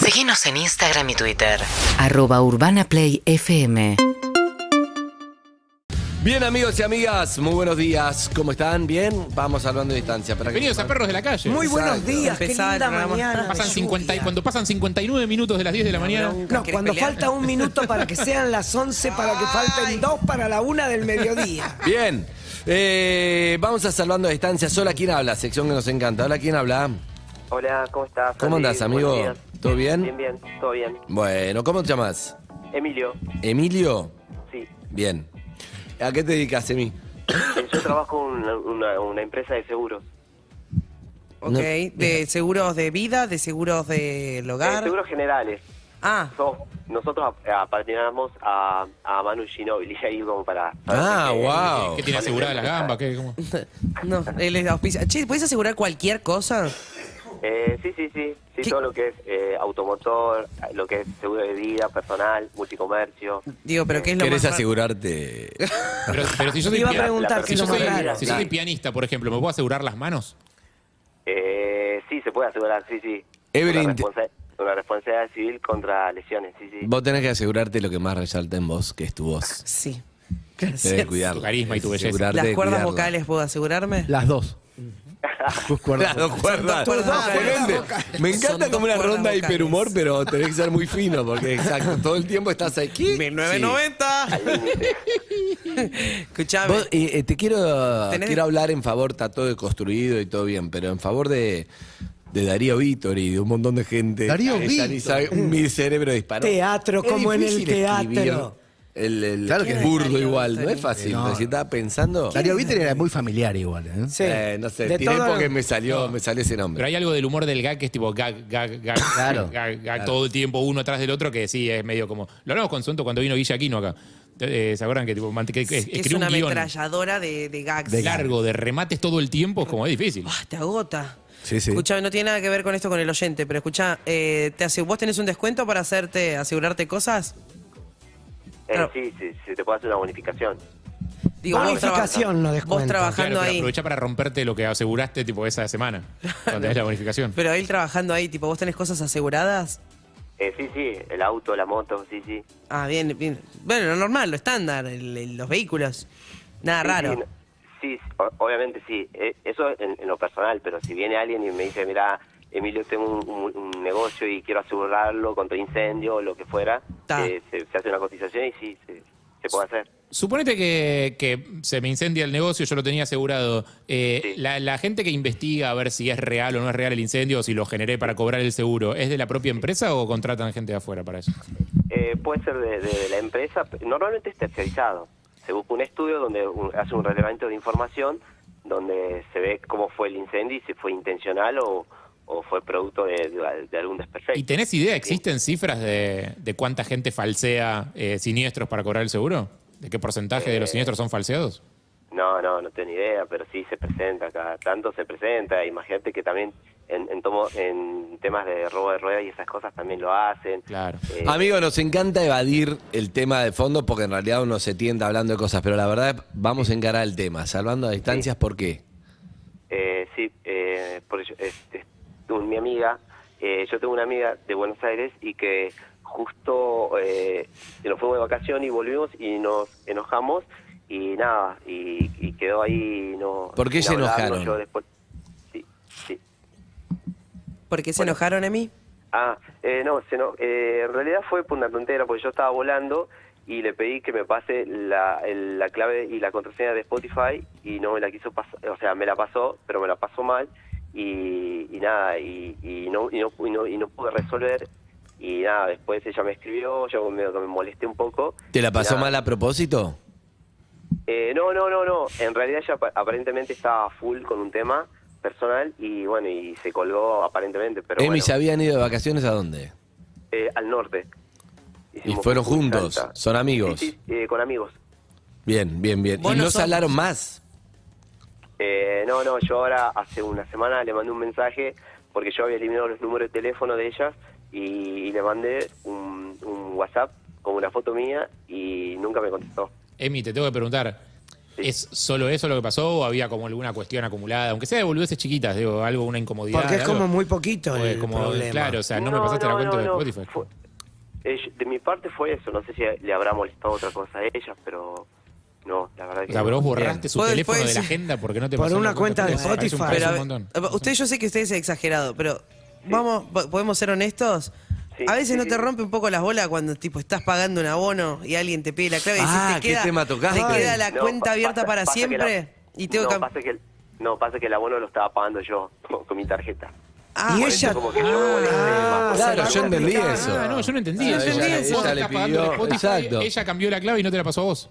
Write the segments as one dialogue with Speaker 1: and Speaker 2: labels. Speaker 1: Seguinos en Instagram y Twitter.
Speaker 2: Arroba Urbana Play FM.
Speaker 3: Bien amigos y amigas, muy buenos días. ¿Cómo están? Bien, vamos hablando de distancia. para que-
Speaker 4: Bienvenidos a Perros de la Calle.
Speaker 5: Muy buenos
Speaker 3: Exacto.
Speaker 5: días, qué
Speaker 6: Empezar el
Speaker 5: linda
Speaker 6: programa.
Speaker 5: mañana. de
Speaker 4: pasan 50 y
Speaker 5: lluvia.
Speaker 4: cuando pasan 59 minutos de las 10 de la mañana.
Speaker 5: No,
Speaker 6: ¿Querés
Speaker 5: cuando
Speaker 6: pelear?
Speaker 5: falta un minuto para que sean las 11, para que falten dos para la una del mediodía.
Speaker 3: Bien, Eh, vamos a salvando a distancia. Hola, ¿quién habla? Sección que nos encanta. Hola, ¿quién habla?
Speaker 7: Hola, ¿cómo estás?
Speaker 3: ¿Cómo
Speaker 7: Andy?
Speaker 3: andás, amigo?
Speaker 7: Buenos días.
Speaker 3: ¿Todo bien?
Speaker 7: Bien, bien, todo bien.
Speaker 3: Bueno, ¿cómo te llamas?
Speaker 7: Emilio,
Speaker 3: ¿Emilio?
Speaker 7: sí.
Speaker 3: Bien. ¿A qué te dedicas, Emi?
Speaker 7: Eh, Yo trabajo en una, una- una empresa de seguros. Eh,
Speaker 6: Ok, de seguros de vida, de seguros del
Speaker 7: Eh,
Speaker 6: hogar.
Speaker 7: seguros generales.
Speaker 6: Ah,
Speaker 7: Somos- nosotros ap- apadrinamos a, a Manu Ginobili ahí como para... para
Speaker 3: Ah,
Speaker 7: que-
Speaker 3: wow.
Speaker 4: ¿Qué tiene asegurada las gambas? ¿Qué, cómo?
Speaker 6: no, él es auspicia. Che, ¿puedes asegurar cualquier cosa?
Speaker 7: Eh, sí, sí, sí. Sí,
Speaker 6: ¿Qué?
Speaker 7: todo lo que es eh, automotor, eh, lo que es seguro de vida, personal, multicomercio.
Speaker 6: Digo, pero ¿qué es lo
Speaker 3: ¿Querés
Speaker 6: más raro?
Speaker 3: asegurarte?
Speaker 4: Pero, pero si yo
Speaker 5: Te
Speaker 4: soy,
Speaker 5: iba a
Speaker 4: pia-
Speaker 5: preguntar que
Speaker 4: si
Speaker 5: es
Speaker 4: yo
Speaker 5: lo más
Speaker 4: soy-
Speaker 5: raro.
Speaker 4: si yo soy pianista, por ejemplo, ¿me puedo asegurar las manos?
Speaker 7: Eh, sí, se puede asegurar, sí, sí.
Speaker 3: Evelyn,
Speaker 7: Una,
Speaker 3: te-
Speaker 7: responsa- una responsabilidad civil contra lesiones, sí, sí.
Speaker 3: Vos tenés que asegurarte lo que más resalta en vos, que es tu voz.
Speaker 6: Sí.
Speaker 3: Tenés que
Speaker 6: Gracias.
Speaker 3: cuidarla.
Speaker 4: Tu carisma y tu belleza.
Speaker 3: Asegurarte
Speaker 6: Las
Speaker 3: de
Speaker 6: cuerdas
Speaker 3: cuidarla.
Speaker 6: vocales, ¿puedo asegurarme?
Speaker 8: Las dos. Tus cuerdas.
Speaker 3: Las dos cuerdas.
Speaker 6: Son dos cuerdas
Speaker 3: Excelente.
Speaker 6: vocales.
Speaker 3: Me
Speaker 6: Son
Speaker 3: encanta
Speaker 6: dos
Speaker 3: como una
Speaker 6: cuerdas
Speaker 3: ronda de
Speaker 6: vocales.
Speaker 3: hiperhumor, pero tenés que ser muy fino, porque exacto, todo el tiempo estás aquí.
Speaker 6: 1990.
Speaker 7: Al límite.
Speaker 3: Sí.
Speaker 6: Escuchame.
Speaker 3: Vos, eh, eh, te quiero,
Speaker 6: Tenés-
Speaker 3: quiero hablar en favor, está todo construido y todo bien, pero en favor de, de Darío Vítor y de un montón de gente.
Speaker 8: Darío
Speaker 3: que ya ni
Speaker 8: Vítor.
Speaker 3: sabe- mi cerebro disparó.
Speaker 5: Teatro,
Speaker 3: Es
Speaker 5: como en el
Speaker 3: difícil escribir
Speaker 5: teatro.
Speaker 3: El, el-
Speaker 8: Claro que
Speaker 3: es
Speaker 8: no.
Speaker 3: burdo
Speaker 6: Darío
Speaker 3: igual, no
Speaker 6: Vítor.
Speaker 3: es fácil.
Speaker 8: No.
Speaker 3: Si estaba pensando,
Speaker 8: Darío Víter era muy familiar igual. ¿eh?
Speaker 5: Sí.
Speaker 3: eh, no sé,
Speaker 5: De
Speaker 3: tiré
Speaker 5: todo-
Speaker 3: porque me salió, me salió ese nombre.
Speaker 4: Pero hay algo del humor del gag que es tipo gag, gag, gag,
Speaker 8: Claro,
Speaker 4: gag, gag, todo el tiempo uno atrás del otro que sí, es medio como... Lo hablamos con Sonto cuando vino Guilla Aquino acá. Eh, ¿Se acuerdan que, tipo, mante- que- que
Speaker 6: que es
Speaker 4: escribió
Speaker 6: una
Speaker 4: un guión
Speaker 6: ametralladora de, de gags.
Speaker 4: largo de remates todo el tiempo? Es como es difícil.
Speaker 6: Ah, te agota.
Speaker 8: Sí, sí.
Speaker 6: Escuchame, no tiene nada que ver con esto con el oyente, pero escucha, eh, te asegu- ¿vos tenés un descuento para hacerte, asegurarte cosas?
Speaker 7: Eh,
Speaker 6: Claro.
Speaker 7: Sí, sí, sí, te puede hacer una bonificación.
Speaker 6: Digo, vos
Speaker 5: Bonificación,
Speaker 6: traba-
Speaker 5: no
Speaker 6: Vos
Speaker 5: descuento.
Speaker 4: Claro,
Speaker 6: trabajando
Speaker 4: pero
Speaker 6: ahí.
Speaker 4: aprovecha para romperte lo que aseguraste tipo esa semana, cuando tenés la bonificación.
Speaker 6: Pero él trabajando ahí, tipo, ¿vos tenés cosas aseguradas?
Speaker 7: Eh, sí, sí, el auto, la moto, sí, sí.
Speaker 6: Ah, bien, bien. Bueno, lo normal, lo estándar, el- el- los vehículos. Nada
Speaker 7: Sí,
Speaker 6: raro.
Speaker 7: Sí, no- sí, sí, o- obviamente sí. Eh, eso en, en lo personal, pero si viene alguien y me dice, mira, Emilio, tengo un, un- un negocio y quiero asegurarlo contra incendio o lo que fuera,
Speaker 6: Ta.
Speaker 7: eh, se, se hace una cotización y sí, se, se puede hacer.
Speaker 4: Suponete que, que se me incendia el negocio, yo lo tenía asegurado. Eh,
Speaker 7: Sí.
Speaker 4: la, la gente que investiga a ver si es real o no es real el incendio o si lo generé para cobrar el seguro, ¿es de la propia empresa o contratan gente de afuera para eso?
Speaker 7: Eh, puede ser de, de la empresa, normalmente es tercerizado. Se busca un estudio donde un- hace un relevamiento de información, donde se ve cómo fue el incendio y si fue intencional o, o fue producto de, de- de algún desperfecto.
Speaker 4: ¿Y tenés idea, existen cifras de, de cuánta gente falsea eh, siniestros para cobrar el seguro? ¿De qué porcentaje de los
Speaker 7: Eh.
Speaker 4: siniestros son falseados?
Speaker 7: No, no, no tengo ni idea, pero sí se presenta, cada tanto se presenta. Imagínate que también en, en, tomo- en temas de robo de ruedas y esas cosas también lo hacen.
Speaker 4: Claro.
Speaker 7: Eh,
Speaker 3: Amigo, nos encanta evadir el tema de fondo porque en realidad uno se tiende hablando de cosas, pero la verdad vamos a encarar el tema, salvando a distancias, ¿por qué?
Speaker 7: eh, sí, eh, porque yo- es- es un- mi amiga, eh, yo tengo una amiga de Buenos Aires y que justo eh, nos fuimos de vacación y volvimos y nos enojamos y nada, y, y quedó ahí. No,
Speaker 3: ¿Por qué
Speaker 7: sin
Speaker 3: se
Speaker 7: hablarnos.
Speaker 3: enojaron?
Speaker 7: Yo después- sí, sí.
Speaker 6: ¿Por qué se
Speaker 7: Bueno.
Speaker 6: enojaron a mí?
Speaker 7: Ah, eh, no, se no eh, en realidad fue por una tontera, porque yo estaba volando y le pedí que me pase la, el- la clave y la contraseña de Spotify y no me la quiso pasar, o sea, me la pasó, pero me la pasó mal y, y nada, y, y no, y, no, y no- y no pude resolver y nada, después ella me escribió, yo me, me molesté un poco.
Speaker 3: ¿Te la
Speaker 7: y
Speaker 3: pasó
Speaker 7: nada.
Speaker 3: mal a propósito?
Speaker 7: Eh, no, no, no, no, en realidad ella apa- aparentemente estaba full con un tema personal y bueno, y se colgó aparentemente, pero...
Speaker 3: Emi,
Speaker 7: bueno.
Speaker 3: ¿se habían ido de vacaciones a dónde?
Speaker 7: Eh, al norte. Hicimos
Speaker 3: fueron
Speaker 7: Punta
Speaker 3: juntos?
Speaker 7: Alta.
Speaker 3: ¿Son amigos?
Speaker 7: Sí, sí, eh, con amigos.
Speaker 3: Bien, bien, bien.
Speaker 6: Vos
Speaker 3: ¿Y
Speaker 6: no
Speaker 3: no
Speaker 6: sos-
Speaker 3: salaron más?
Speaker 7: Eh, no, no, yo ahora hace una semana le mandé un mensaje porque yo había eliminado los números de teléfono de ellas y le mandé un, un WhatsApp con una foto mía y nunca me contestó.
Speaker 4: Emi, te tengo que preguntar. ¿Es solo eso lo que pasó o había como alguna cuestión acumulada? Aunque sea de boludeces chiquitas, digo, algo, una incomodidad.
Speaker 5: Porque es
Speaker 4: algo.
Speaker 5: como muy poquito
Speaker 4: Fue
Speaker 5: el
Speaker 4: como,
Speaker 5: problema.
Speaker 4: Claro, o sea, no, me pasaste la cuenta
Speaker 7: no,
Speaker 4: de
Speaker 7: no.
Speaker 4: Spotify.
Speaker 7: Fue- eh, yo- de mi parte fue eso. No sé si le habrá molestado otra cosa a ellas, pero no, la verdad
Speaker 4: O
Speaker 7: que.
Speaker 4: sea,
Speaker 7: no.
Speaker 4: pero vos borraste su
Speaker 6: Puede-
Speaker 4: teléfono
Speaker 6: puede
Speaker 4: de la
Speaker 6: ser.
Speaker 4: agenda porque no te
Speaker 5: Por
Speaker 4: pasó
Speaker 5: una
Speaker 4: la
Speaker 5: cuenta de
Speaker 4: Parece un-
Speaker 5: Spotify.
Speaker 4: parece
Speaker 6: Pero,
Speaker 4: un
Speaker 6: a-
Speaker 3: eh,
Speaker 4: montón.
Speaker 6: a- usted, yo sé que usted es exagerado, pero vamos, po- ¿podemos ser honestos?
Speaker 7: Sí,
Speaker 6: a veces
Speaker 7: sí,
Speaker 6: no
Speaker 7: sí.
Speaker 6: te rompe un poco las bolas cuando tipo estás pagando un abono y alguien te pide la clave y decís,
Speaker 3: Ah,
Speaker 6: te
Speaker 3: ¿qué
Speaker 6: queda,
Speaker 3: tema
Speaker 6: te
Speaker 3: tocaste?
Speaker 6: queda la
Speaker 7: No,
Speaker 6: cuenta
Speaker 7: pa-
Speaker 6: abierta
Speaker 7: pasa-
Speaker 6: para
Speaker 7: pasa que
Speaker 6: siempre
Speaker 7: la-
Speaker 6: y tengo
Speaker 7: no,
Speaker 6: que...
Speaker 7: pasa que el- no, pasa que el abono lo estaba pagando yo con, con mi tarjeta.
Speaker 6: Ah,
Speaker 5: y
Speaker 7: Por
Speaker 5: ella.
Speaker 7: eso como que yo no molesté más.
Speaker 3: Claro, yo entendí
Speaker 5: Ah,
Speaker 3: eso.
Speaker 4: Ah, no, yo no entendí
Speaker 3: Claro,
Speaker 4: eso.
Speaker 3: ella-
Speaker 4: Vos
Speaker 3: ella
Speaker 4: estás
Speaker 3: le
Speaker 4: pagando el
Speaker 3: pidió-
Speaker 4: Spotify,
Speaker 3: exacto.
Speaker 4: Ella cambió la clave y no te la pasó a vos.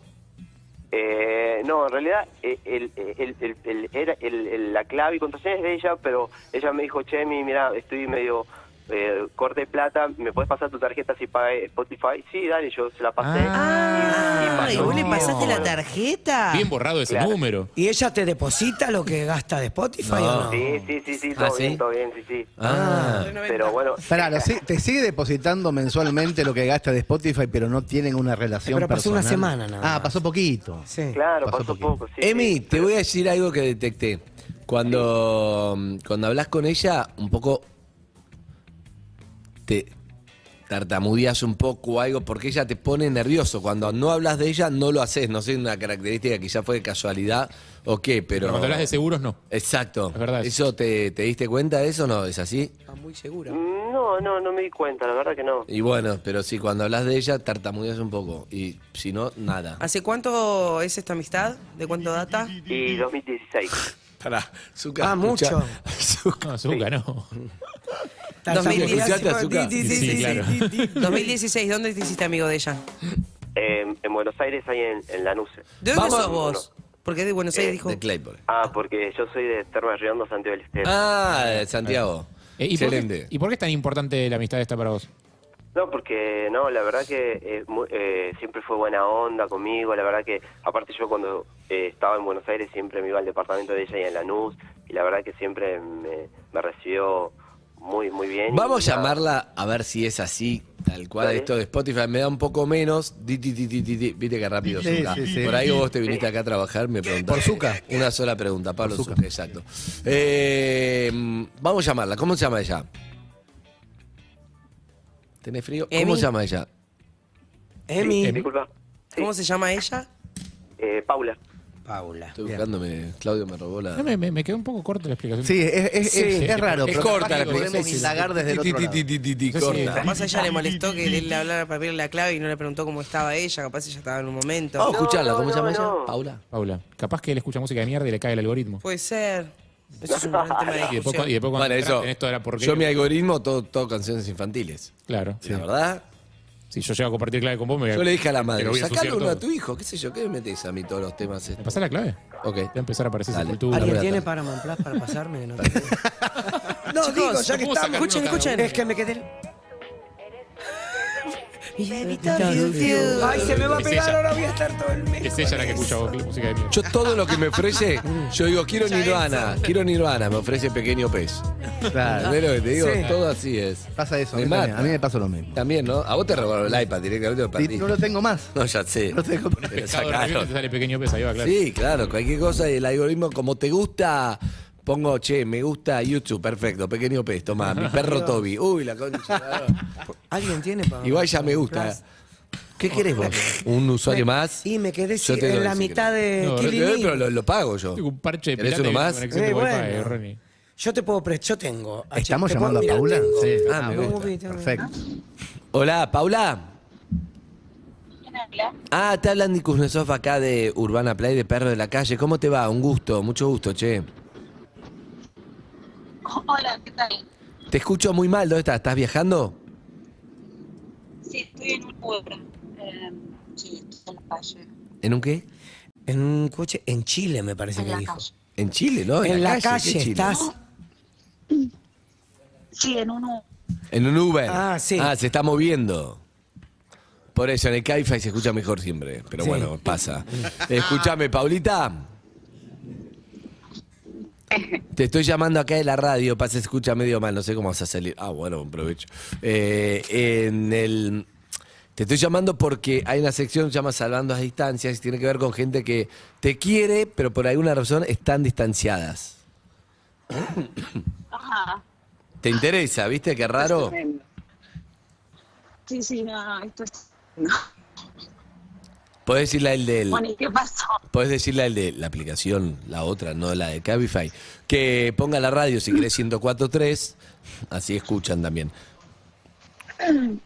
Speaker 7: Eh, no, en realidad eh, el, el- el- el- era el- el- la clave y contraseña es de ella, pero ella me dijo, Chemi, mira, estoy medio eh, corte de plata, ¿me puedes pasar tu tarjeta si paga Spotify? Sí, dale, yo se la pasé.
Speaker 6: Ah,
Speaker 7: Y-
Speaker 6: ¿y
Speaker 7: y
Speaker 6: vos le
Speaker 7: pasó.
Speaker 6: pasaste la
Speaker 3: Ah.
Speaker 6: tarjeta?
Speaker 4: Bien borrado ese
Speaker 7: Claro.
Speaker 4: número.
Speaker 5: ¿Y ella te deposita lo que gasta de Spotify o no?
Speaker 7: Sí, sí, sí, sí,
Speaker 3: Ah,
Speaker 7: todo bien,
Speaker 3: ¿sí?
Speaker 7: todo bien, sí, sí.
Speaker 3: Ah,
Speaker 7: Pero bueno,
Speaker 8: Pará, lo si- te sigue depositando mensualmente lo que gasta de Spotify, pero no tienen una relación
Speaker 5: Pero pasó una
Speaker 8: personal.
Speaker 5: semana nada más.
Speaker 8: Ah, pasó poquito.
Speaker 5: Sí.
Speaker 7: claro,
Speaker 8: pasó
Speaker 7: pasó,
Speaker 8: poquito.
Speaker 7: poco. sí,
Speaker 3: Emi,
Speaker 7: sí.
Speaker 3: te voy a decir algo que detecté. Cuando, mm, cuando hablas con ella, un poco te tartamudeas un poco o algo, porque ella te pone nervioso. Cuando no hablas de ella, no lo haces. No sé, una característica quizá fue de casualidad o qué, pero.
Speaker 4: Pero cuando hablas de seguros, no.
Speaker 3: Exacto.
Speaker 4: Es verdad.
Speaker 3: ¿Eso te, te diste cuenta de eso no? ¿Es así?
Speaker 5: Está muy segura.
Speaker 7: No, no, no me di cuenta, la verdad que no.
Speaker 3: Y bueno, pero sí, cuando hablas de ella, tartamudeas un poco. Y si no, nada.
Speaker 6: ¿Hace cuánto es esta amistad? ¿De cuánto data?
Speaker 7: Y 2016.
Speaker 3: Para, Zucca, escuchá.
Speaker 5: Ah, mucho.
Speaker 3: Zucca.
Speaker 4: No, Zucca, no. Eh,
Speaker 3: ¿Escuchaste, Azúcar?
Speaker 5: Ti, ti, ti,
Speaker 4: Sí,
Speaker 5: ti,
Speaker 4: claro.
Speaker 5: ti, ti, ti.
Speaker 6: 2016, ¿dónde te hiciste amigo de ella?
Speaker 7: Eh, en Buenos Aires, ahí en, en Lanús.
Speaker 6: ¿De dónde
Speaker 3: Vamos. Eh,
Speaker 6: sos vos? Porque es de Buenos Aires, dijo.
Speaker 3: De Claypole.
Speaker 7: Ah, porque yo soy de Termas Riondo, Santiago del Estero.
Speaker 3: Ah, de Santiago.
Speaker 4: Eh, ¿y, por qué,
Speaker 3: Excelente.
Speaker 4: ¿Y por qué es tan importante la amistad esta para vos?
Speaker 7: No, porque no, la verdad que eh, mu- eh, siempre fue buena onda conmigo, la verdad que aparte yo cuando eh, estaba en Buenos Aires siempre me iba al departamento de ella y en Lanús y la verdad que siempre me, me recibió muy muy bien.
Speaker 3: Vamos
Speaker 7: Y
Speaker 3: a
Speaker 7: nada.
Speaker 3: llamarla a ver si es así, tal cual
Speaker 7: Dale.
Speaker 3: esto de Spotify me da un poco menos. Di, ti, ti, ti, ti, ti. Viste que rápido,
Speaker 8: Sí,
Speaker 3: Zucca.
Speaker 8: sí, sí.
Speaker 3: Por ahí vos te viniste acá a trabajar, me preguntaste.
Speaker 8: Por Zucca.
Speaker 3: Una sola pregunta, Pablo
Speaker 8: Por Zucca.
Speaker 3: Zucca, exacto. Eh, vamos a llamarla, ¿cómo se llama ella? ¿Tenés frío? ¿Cómo
Speaker 6: Emi.
Speaker 3: se llama ella?
Speaker 5: Emi.
Speaker 7: eh, Disculpa. Sí,
Speaker 6: ¿Cómo se llama ella?
Speaker 7: eh, Paula.
Speaker 5: Paula.
Speaker 3: Estoy buscándome, Claudio me robó la...
Speaker 4: No, me, me, me quedó un poco corta la explicación.
Speaker 8: Sí, es, es,
Speaker 4: Sí.
Speaker 8: es- es raro.
Speaker 4: Es
Speaker 8: pero
Speaker 4: corta
Speaker 8: capaz que
Speaker 4: la
Speaker 8: podemos
Speaker 4: pregunta.
Speaker 8: indagar desde el
Speaker 3: Ti, ti,
Speaker 8: otro lado.
Speaker 3: ti, ti, ti, ti,
Speaker 4: No sé si-
Speaker 3: corta.
Speaker 6: Capaz a ella le molestó que él le hablara para pedirle la clave y no le preguntó cómo estaba ella. Capaz ella estaba en un momento.
Speaker 3: Vamos a escucharla, ¿cómo se llama
Speaker 7: no,
Speaker 3: ella?
Speaker 7: no.
Speaker 3: Paula.
Speaker 4: Paula, capaz que él escucha música de mierda y le cae el algoritmo.
Speaker 6: Puede ser. Eso es un gran tema
Speaker 4: Y
Speaker 6: de
Speaker 4: después, cu-
Speaker 6: discusión.
Speaker 4: y después cuando
Speaker 3: Bueno,
Speaker 4: entras,
Speaker 3: eso.
Speaker 4: tenés toda la porquería.
Speaker 3: Yo mi algoritmo, todo, todo canciones infantiles.
Speaker 4: Claro.
Speaker 3: La verdad.
Speaker 4: Si yo llego a compartir clave con vos, me voy
Speaker 3: Yo le dije a la madre,
Speaker 4: te lo Eh, voy a
Speaker 3: sacale
Speaker 4: ensuciar
Speaker 3: uno a
Speaker 4: todo".
Speaker 3: tu hijo, qué sé yo, ¿qué me metes a mí todos los temas
Speaker 4: ¿Me
Speaker 3: estos?
Speaker 4: pasás la clave?
Speaker 3: Ok.
Speaker 4: Te eh, Va a empezar a aparecer
Speaker 3: Dale.
Speaker 4: Sepultura.
Speaker 5: ¿Alguien
Speaker 3: Buena
Speaker 5: tiene
Speaker 3: tarde.
Speaker 5: Paramount Plus para pasarme? No, No, digo, ya que
Speaker 4: ¿cómo
Speaker 5: estamos.
Speaker 4: sacar uno
Speaker 5: Escuchen,
Speaker 4: cada
Speaker 5: escuchen.
Speaker 4: uno?
Speaker 5: Es que me quedé.
Speaker 6: Ay,
Speaker 5: Ay, se me va a
Speaker 4: Es
Speaker 5: pegar,
Speaker 4: ella.
Speaker 5: ahora voy a estar todo el mes.
Speaker 4: Es ella la que escucha vos, música de mierda.
Speaker 3: Yo todo lo que me ofrece, yo digo, quiero Nirvana, quiero Nirvana, me ofrece Pequeño Pez.
Speaker 8: Claro.
Speaker 3: ¿Entendés lo que te digo?
Speaker 5: Sí.
Speaker 3: Todo así es.
Speaker 8: Ah, Pasa eso. A
Speaker 3: Me
Speaker 8: mí, también,
Speaker 3: mata.
Speaker 8: a mí me pasa lo mismo.
Speaker 3: También, ¿no? A vos te robaron el iPad directamente, lo
Speaker 8: Sí,
Speaker 3: perdiste.
Speaker 8: No lo tengo más.
Speaker 3: No, ya sé.
Speaker 8: No tengo más.
Speaker 3: Te lo
Speaker 4: Pescado de repente te
Speaker 3: sacaron.
Speaker 4: sale pequeño pez, ahí va, claro.
Speaker 3: Sí, claro, cualquier cosa y el algoritmo, como te gusta, pongo, che, me gusta YouTube, perfecto, Pequeño Pez, toma, mi perro Toby. Uy, la concha.
Speaker 5: ¿Alguien tiene Paramount
Speaker 3: Igual ya me gusta.
Speaker 5: Plus?
Speaker 3: ¿Qué querés vos? ¿Un usuario más?
Speaker 5: Y me quedé
Speaker 3: Yo
Speaker 5: sin-
Speaker 3: te doy
Speaker 5: en la
Speaker 3: si
Speaker 5: mitad
Speaker 3: querés.
Speaker 5: de
Speaker 4: No,
Speaker 3: Pero te doy,
Speaker 5: Killing
Speaker 3: pero
Speaker 5: Eve.
Speaker 3: lo, lo pago yo.
Speaker 4: Tengo un parche de
Speaker 3: ¿Querés
Speaker 4: pirata
Speaker 3: uno
Speaker 4: y una
Speaker 3: más?
Speaker 4: conexión de
Speaker 5: Eh,
Speaker 4: Wi-Fi,
Speaker 5: bueno.
Speaker 4: Ronnie.
Speaker 5: Yo te puedo prestar, yo tengo. H,
Speaker 8: ¿Estamos
Speaker 5: te puedo-
Speaker 8: llamando a
Speaker 5: mira,
Speaker 8: Paula?
Speaker 5: tengo.
Speaker 8: Sí.
Speaker 3: Ah, me gusta.
Speaker 5: Uy, tengo-
Speaker 8: Perfecto.
Speaker 3: Hola, Paula. Ah, te hablan de Kuznetsov acá de Urbana Play, de Perro de la Calle. ¿Cómo te va? Un gusto, mucho gusto, che.
Speaker 9: Hola, ¿qué tal?
Speaker 3: Te escucho muy mal, ¿dónde estás? ¿Estás viajando?
Speaker 9: Sí, estoy en un pueblo. Eh, sí, estoy en la calle.
Speaker 3: ¿En un qué?
Speaker 5: En un coche, en Chile me parece
Speaker 9: En
Speaker 5: que
Speaker 9: la
Speaker 5: dijo.
Speaker 9: calle.
Speaker 3: En Chile, ¿no?
Speaker 5: En la
Speaker 3: ¿qué
Speaker 5: calle
Speaker 3: Chile?
Speaker 5: estás.
Speaker 9: Sí, en uno.
Speaker 3: En un Uber.
Speaker 5: Ah, sí.
Speaker 3: Ah, se está moviendo. Por eso, en el Caifai se escucha mejor siempre. Pero
Speaker 5: Sí.
Speaker 3: bueno, pasa. Escúchame, Paulita. Te estoy llamando acá de la radio, pasa, se escucha medio mal, no sé cómo vas a salir. Ah, bueno, buen provecho. Eh, en el. Te estoy llamando porque hay una sección que se llama Salvando las Distancias y tiene que ver con gente que te quiere, pero por alguna razón están distanciadas.
Speaker 9: Ajá.
Speaker 3: ¿Te interesa? ¿Viste qué
Speaker 9: es
Speaker 3: raro?
Speaker 9: tremendo. Sí, sí, no, esto es... no.
Speaker 3: Podés decirle el de él.
Speaker 9: Bueno, ¿y qué pasó?
Speaker 3: Podés decirle al de la aplicación, la otra, no la de Cabify, que ponga la radio si querés 104.3, así escuchan también.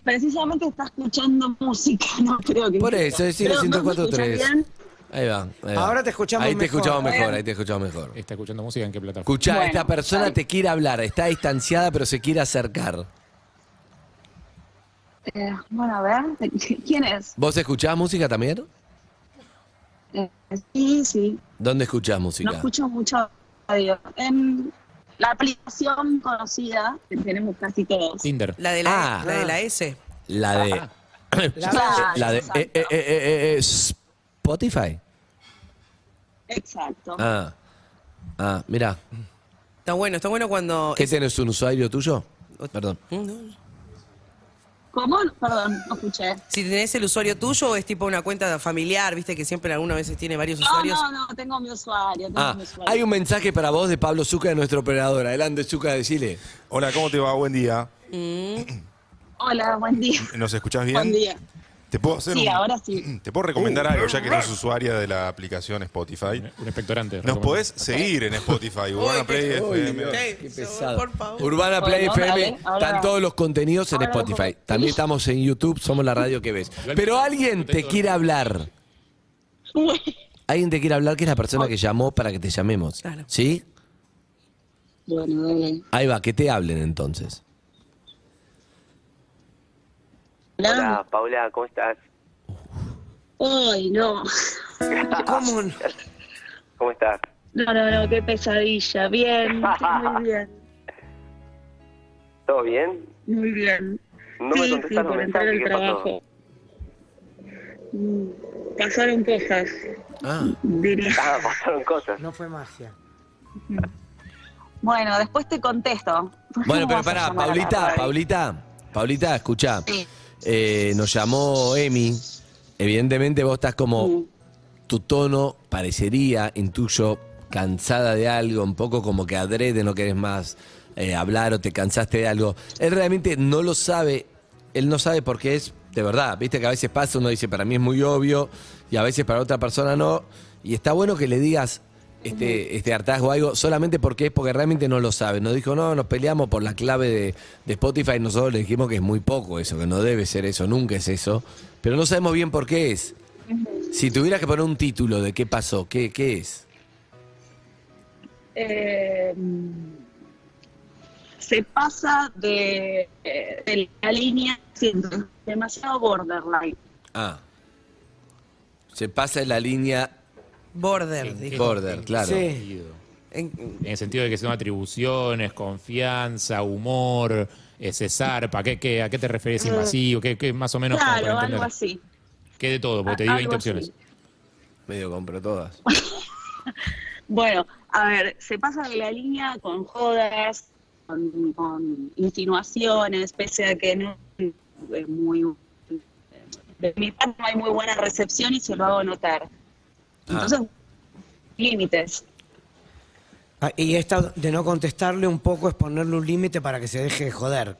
Speaker 9: Precisamente está escuchando música, no creo que...
Speaker 3: Por eso, decirle
Speaker 9: Pero, ¿me escuchas
Speaker 3: 104.3.
Speaker 9: bien?
Speaker 3: Ahí va. ahí va.
Speaker 5: Ahora te escuchamos
Speaker 3: Ahí te
Speaker 5: mejor.
Speaker 3: escuchamos mejor, ahí te escuchamos mejor.
Speaker 4: ¿Está escuchando música en qué plataforma?
Speaker 3: Escuchá,
Speaker 9: Bueno,
Speaker 3: esta persona
Speaker 9: ahí.
Speaker 3: te quiere hablar, está distanciada pero se quiere acercar.
Speaker 9: Eh, bueno, a ver, ¿quién es?
Speaker 3: ¿Vos escuchás música también?
Speaker 9: Eh, sí, sí,
Speaker 3: ¿Dónde escuchás
Speaker 9: no
Speaker 3: música?
Speaker 9: escucho mucho radio. En la aplicación conocida que tenemos casi todos.
Speaker 4: Tinder.
Speaker 6: La de la,
Speaker 3: Ah.
Speaker 6: la de la S.
Speaker 3: La de...
Speaker 9: La-
Speaker 3: La de...
Speaker 9: Exacto.
Speaker 3: eh, eh, eh, eh, eh, Spotify.
Speaker 9: Exacto.
Speaker 3: Ah, ah mira.
Speaker 6: Está bueno, está bueno
Speaker 7: Oh,
Speaker 6: cuando.
Speaker 3: ¿Qué tenés, un usuario tuyo? Perdón.
Speaker 9: ¿Cómo? Perdón, no escuché.
Speaker 6: Si tenés el usuario tuyo o es tipo una cuenta familiar, viste que siempre alguna veces tiene varios
Speaker 9: No,
Speaker 6: usuarios.
Speaker 9: no, no, tengo mi usuario. Tengo
Speaker 3: Ah,
Speaker 9: mi usuario.
Speaker 3: hay un mensaje para vos de Pablo Zucca, de nuestro operador. Adelante, Zucca, decile.
Speaker 10: Hola, ¿cómo te va? Buen día.
Speaker 9: Hola, buen día.
Speaker 10: ¿Nos escuchás bien?
Speaker 9: Buen día.
Speaker 10: ¿Te puedo hacer
Speaker 9: Sí,
Speaker 10: un-
Speaker 9: ahora Uh. sí.
Speaker 10: ¿Te puedo recomendar algo, ya que no es usuaria de la aplicación Spotify?
Speaker 4: Un espectorante.
Speaker 10: Nos
Speaker 4: recomiendo.
Speaker 10: podés seguir en Spotify, Urbana Play FM.
Speaker 3: Qué pesado.
Speaker 6: Por favor.
Speaker 3: Urbana Play
Speaker 9: Bueno,
Speaker 3: FM,
Speaker 9: dale, ahora-
Speaker 3: están todos los contenidos en
Speaker 9: ahora
Speaker 3: Spotify.
Speaker 9: vamos.
Speaker 3: También estamos en YouTube, somos la radio que ves. Pero alguien te quiere hablar. Alguien te quiere hablar que es la persona que llamó para que te llamemos.
Speaker 6: Claro.
Speaker 3: ¿Sí?
Speaker 9: Bueno, dale.
Speaker 3: Ahí va, que te hablen entonces.
Speaker 9: Hola.
Speaker 7: Hola, Paula, ¿cómo estás?
Speaker 9: Ay, no.
Speaker 5: Ah. ¿Cómo no?
Speaker 7: ¿Cómo estás?
Speaker 9: No, no, no, qué pesadilla. Bien, muy bien,
Speaker 7: ¿Todo bien?
Speaker 9: muy bien.
Speaker 7: No me
Speaker 9: sí, sí,
Speaker 7: contestas los
Speaker 9: por entrar
Speaker 7: mensajes,
Speaker 9: al
Speaker 7: ¿qué pasó?
Speaker 9: trabajo. Mm, Pasaron cosas,
Speaker 3: Ah,
Speaker 9: diría.
Speaker 7: Ah, pasaron cosas.
Speaker 5: No fue magia.
Speaker 9: Bueno, después te contesto.
Speaker 3: Bueno, pero pará, Paulita, Paulita, Paulita, escuchá.
Speaker 9: Sí.
Speaker 3: Eh, nos llamó Emi. Evidentemente vos estás como tu tono parecería intuyo cansada de algo, un poco como que adrede no querés más eh, hablar o te cansaste de algo. Él realmente no lo sabe, él no sabe por qué es de verdad. Viste que a veces pasa, uno dice para mí es muy obvio y a veces para otra persona no. Y está bueno que le digas este, este hartazgo o algo solamente porque es porque realmente no lo sabe. Nos dijo, no, nos peleamos por la clave de, de Spotify. Nosotros le dijimos que es muy poco eso, que no debe ser eso, nunca es eso. Pero no sabemos bien por qué es. Si tuvieras que poner un título de qué pasó, ¿qué, qué es?
Speaker 9: Eh, se pasa de, eh, de la línea siendo demasiado borderline.
Speaker 3: Ah. Se pasa en la línea
Speaker 6: Border, dijo.
Speaker 3: border, claro.
Speaker 5: Sí.
Speaker 6: En-
Speaker 4: En el sentido de que son atribuciones, confianza, humor, eh, se zarpa. ¿Qué, qué, a qué te
Speaker 5: Mm.
Speaker 4: refieres invasivo? ¿Qué, qué más o menos como
Speaker 9: claro,
Speaker 4: para
Speaker 9: algo
Speaker 4: entender?
Speaker 9: así.
Speaker 4: ¿Qué de todo? Porque te digo
Speaker 9: Algo
Speaker 4: 20 opciones.
Speaker 9: así.
Speaker 3: Medio compro todas.
Speaker 9: Bueno, a ver, se pasa de la línea con jodas, con, con insinuaciones, pese a que no es muy... De mi parte no hay muy buena recepción y se lo hago notar.
Speaker 4: Ah.
Speaker 9: Entonces, límites.
Speaker 5: Ah, Y esta de no contestarle un poco es ponerle un límite para que se deje de joder.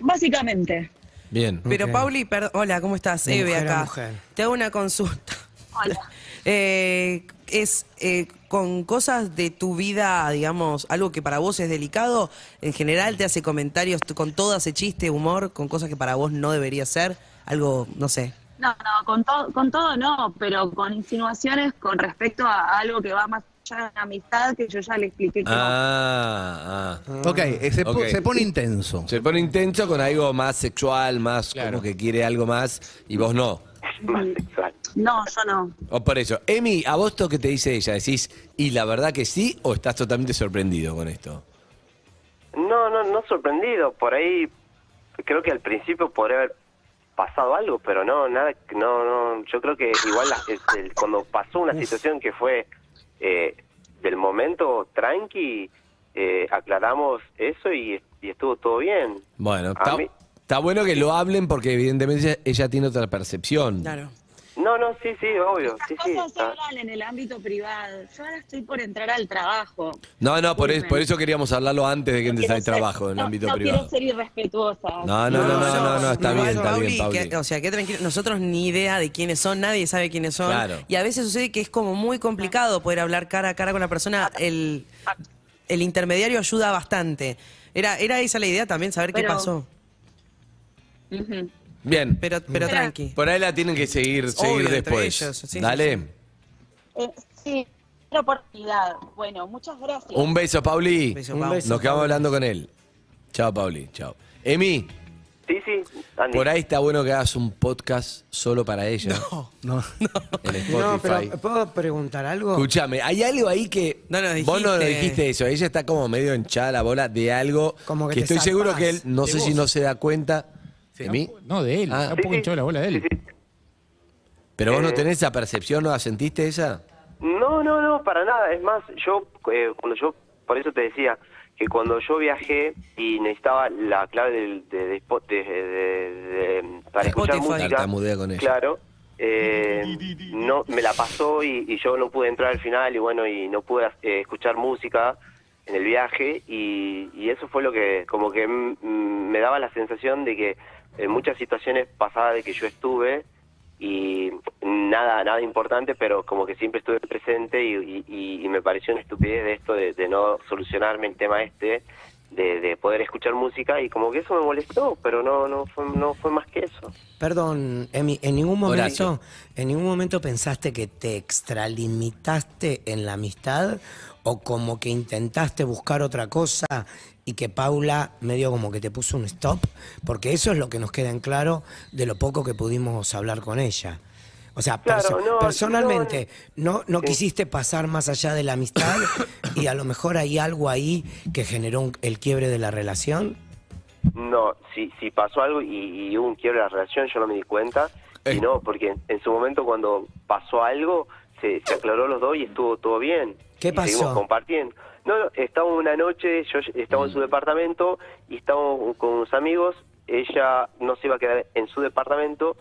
Speaker 9: Básicamente.
Speaker 3: Bien.
Speaker 6: Pero
Speaker 5: Ok.
Speaker 6: Pauli, perdón, hola, ¿cómo estás?
Speaker 5: De
Speaker 6: Eve
Speaker 5: mujer a
Speaker 6: acá.
Speaker 5: mujer.
Speaker 6: Te hago una consulta.
Speaker 9: Hola.
Speaker 6: Eh, es eh, con cosas de tu vida, digamos, algo que para vos es delicado, en general te hace comentarios t- con todo hace chiste, humor, con cosas que para vos no debería ser, algo, no sé.
Speaker 9: No, no, con, todo, con todo no, pero con insinuaciones con respecto a algo que va más allá de la amistad, que yo ya le expliqué que
Speaker 3: Ah, ah.
Speaker 8: Ok, eh, se, po-
Speaker 3: Ok.
Speaker 8: se pone intenso.
Speaker 3: Se pone intenso con algo más sexual, más
Speaker 4: Claro.
Speaker 3: como que quiere algo más y vos no.
Speaker 7: Más sexual.
Speaker 9: no. No, yo no.
Speaker 3: O por eso. Emi, ¿a vos esto que te dice ella? ¿Decís, y la verdad que sí o estás totalmente sorprendido con esto?
Speaker 7: No, no, no sorprendido. Por ahí creo que al principio podría haber pasado algo, pero no, nada, no, no. Yo creo que igual la- el- el- cuando pasó una situación que fue eh, del momento tranqui, eh, aclaramos eso y, y estuvo todo bien.
Speaker 3: Bueno,
Speaker 7: A
Speaker 3: está,
Speaker 7: mí-
Speaker 3: Está bueno que lo hablen porque evidentemente ella, ella tiene otra percepción.
Speaker 6: Claro.
Speaker 7: No, no, sí, sí, obvio. Sí,
Speaker 9: Estas
Speaker 7: sí.
Speaker 9: cosas se
Speaker 7: Ah,
Speaker 9: hablan en el ámbito privado. Yo ahora estoy por entrar al trabajo.
Speaker 3: No, no, por, es-
Speaker 9: Disculpen.
Speaker 3: por eso queríamos hablarlo antes de que
Speaker 9: No
Speaker 3: entres al
Speaker 9: quiero ser-
Speaker 3: trabajo en el
Speaker 9: no-
Speaker 3: ámbito
Speaker 9: no
Speaker 3: privado.
Speaker 9: quiero ser irrespetuosa.
Speaker 3: Ah, No, no, no, no, no, no, está
Speaker 6: No,
Speaker 3: bien, está
Speaker 6: Pauli,
Speaker 3: bien, Pauli.
Speaker 6: que- o sea, qué tranquilo. Nosotros ni idea de quiénes son, nadie sabe quiénes son.
Speaker 3: Claro.
Speaker 6: Y a veces sucede que es como muy complicado poder hablar cara a cara con la persona. El, el intermediario ayuda bastante. Era, era esa la idea también, saber qué
Speaker 9: Pero-
Speaker 6: pasó.
Speaker 9: Ujú.
Speaker 3: Bien,
Speaker 6: Pero, pero
Speaker 9: Era-
Speaker 6: tranqui.
Speaker 3: por ahí la tienen que seguir,
Speaker 6: Obvio,
Speaker 3: seguir
Speaker 6: entre
Speaker 3: después.
Speaker 6: ellos, sí, sí,
Speaker 3: Dale.
Speaker 6: sí.
Speaker 9: Eh, sí, otra oportunidad. Bueno, muchas gracias.
Speaker 3: Un beso, Pauli.
Speaker 6: Beso,
Speaker 5: Un
Speaker 6: Pau.
Speaker 5: beso.
Speaker 3: Nos quedamos hablando con él. Chao, Pauli. Chao. Emi,
Speaker 7: sí, sí, Andy.
Speaker 3: por ahí está bueno que hagas un podcast solo para ella.
Speaker 8: No.
Speaker 3: En Spotify.
Speaker 5: No, pero ¿puedo preguntar algo?
Speaker 3: Escuchame, hay algo ahí que
Speaker 6: eh, No nos
Speaker 3: vos no nos
Speaker 6: dijiste.
Speaker 3: dijiste eso. Ella está como medio hinchada la bola de algo
Speaker 5: Como que
Speaker 3: que
Speaker 5: te
Speaker 3: estoy
Speaker 5: zarpás.
Speaker 3: seguro que él, no
Speaker 4: De
Speaker 3: sé
Speaker 4: vos.
Speaker 3: si no se da cuenta de
Speaker 4: Está
Speaker 3: mí,
Speaker 4: po- No, de él.
Speaker 3: Ah.
Speaker 4: Está un poco hinchado la bola de él.
Speaker 3: pero
Speaker 4: Eh.
Speaker 3: vos no tenés esa percepción, ¿no la sentiste esa?
Speaker 7: No, no, no, para nada. Es más, yo, eh, cuando yo, por eso te decía que cuando yo viajé y necesitaba la clave del- de, de Spo- de- de- de- para escuchar
Speaker 6: Spotify.
Speaker 7: música,
Speaker 3: Tartamudea con ella.
Speaker 7: claro, eh, no, me la pasó y, y yo no pude entrar al final y bueno, y no pude eh, escuchar música en el viaje y, y eso fue lo que como que mm, mm, me daba la sensación de que en muchas situaciones pasadas de que yo estuve y nada nada importante pero como que siempre estuve presente y, y- y me pareció una estupidez de esto de, de no solucionarme el tema este de, de poder escuchar música y como que eso me molestó pero no no fue, no fue más que eso
Speaker 5: Perdón, Emi, en ningún
Speaker 3: Horacio.
Speaker 5: momento, en ningún momento pensaste que te extralimitaste en la amistad o como que intentaste buscar otra cosa y que Paula medio como que te puso un stop, porque eso es lo que nos queda en claro de lo poco que pudimos hablar con ella. O sea,
Speaker 7: Claro,
Speaker 5: perso-
Speaker 7: no,
Speaker 5: personalmente no, no
Speaker 7: Sí.
Speaker 5: quisiste pasar más allá de la amistad y a lo mejor hay algo ahí que generó un- el quiebre de la relación.
Speaker 7: No, si, si pasó algo y, y hubo un quiebre de la relación, yo no me di cuenta.
Speaker 3: Eh.
Speaker 7: Y no, porque en, en su momento cuando pasó algo, se, se aclaró los dos y estuvo todo bien.
Speaker 5: ¿Qué
Speaker 7: Y
Speaker 5: pasó?
Speaker 7: seguimos compartiendo. No, no, estábamos una noche, yo estaba en
Speaker 6: Mm.
Speaker 7: su departamento y estábamos con unos amigos. Ella no se iba a quedar en su departamento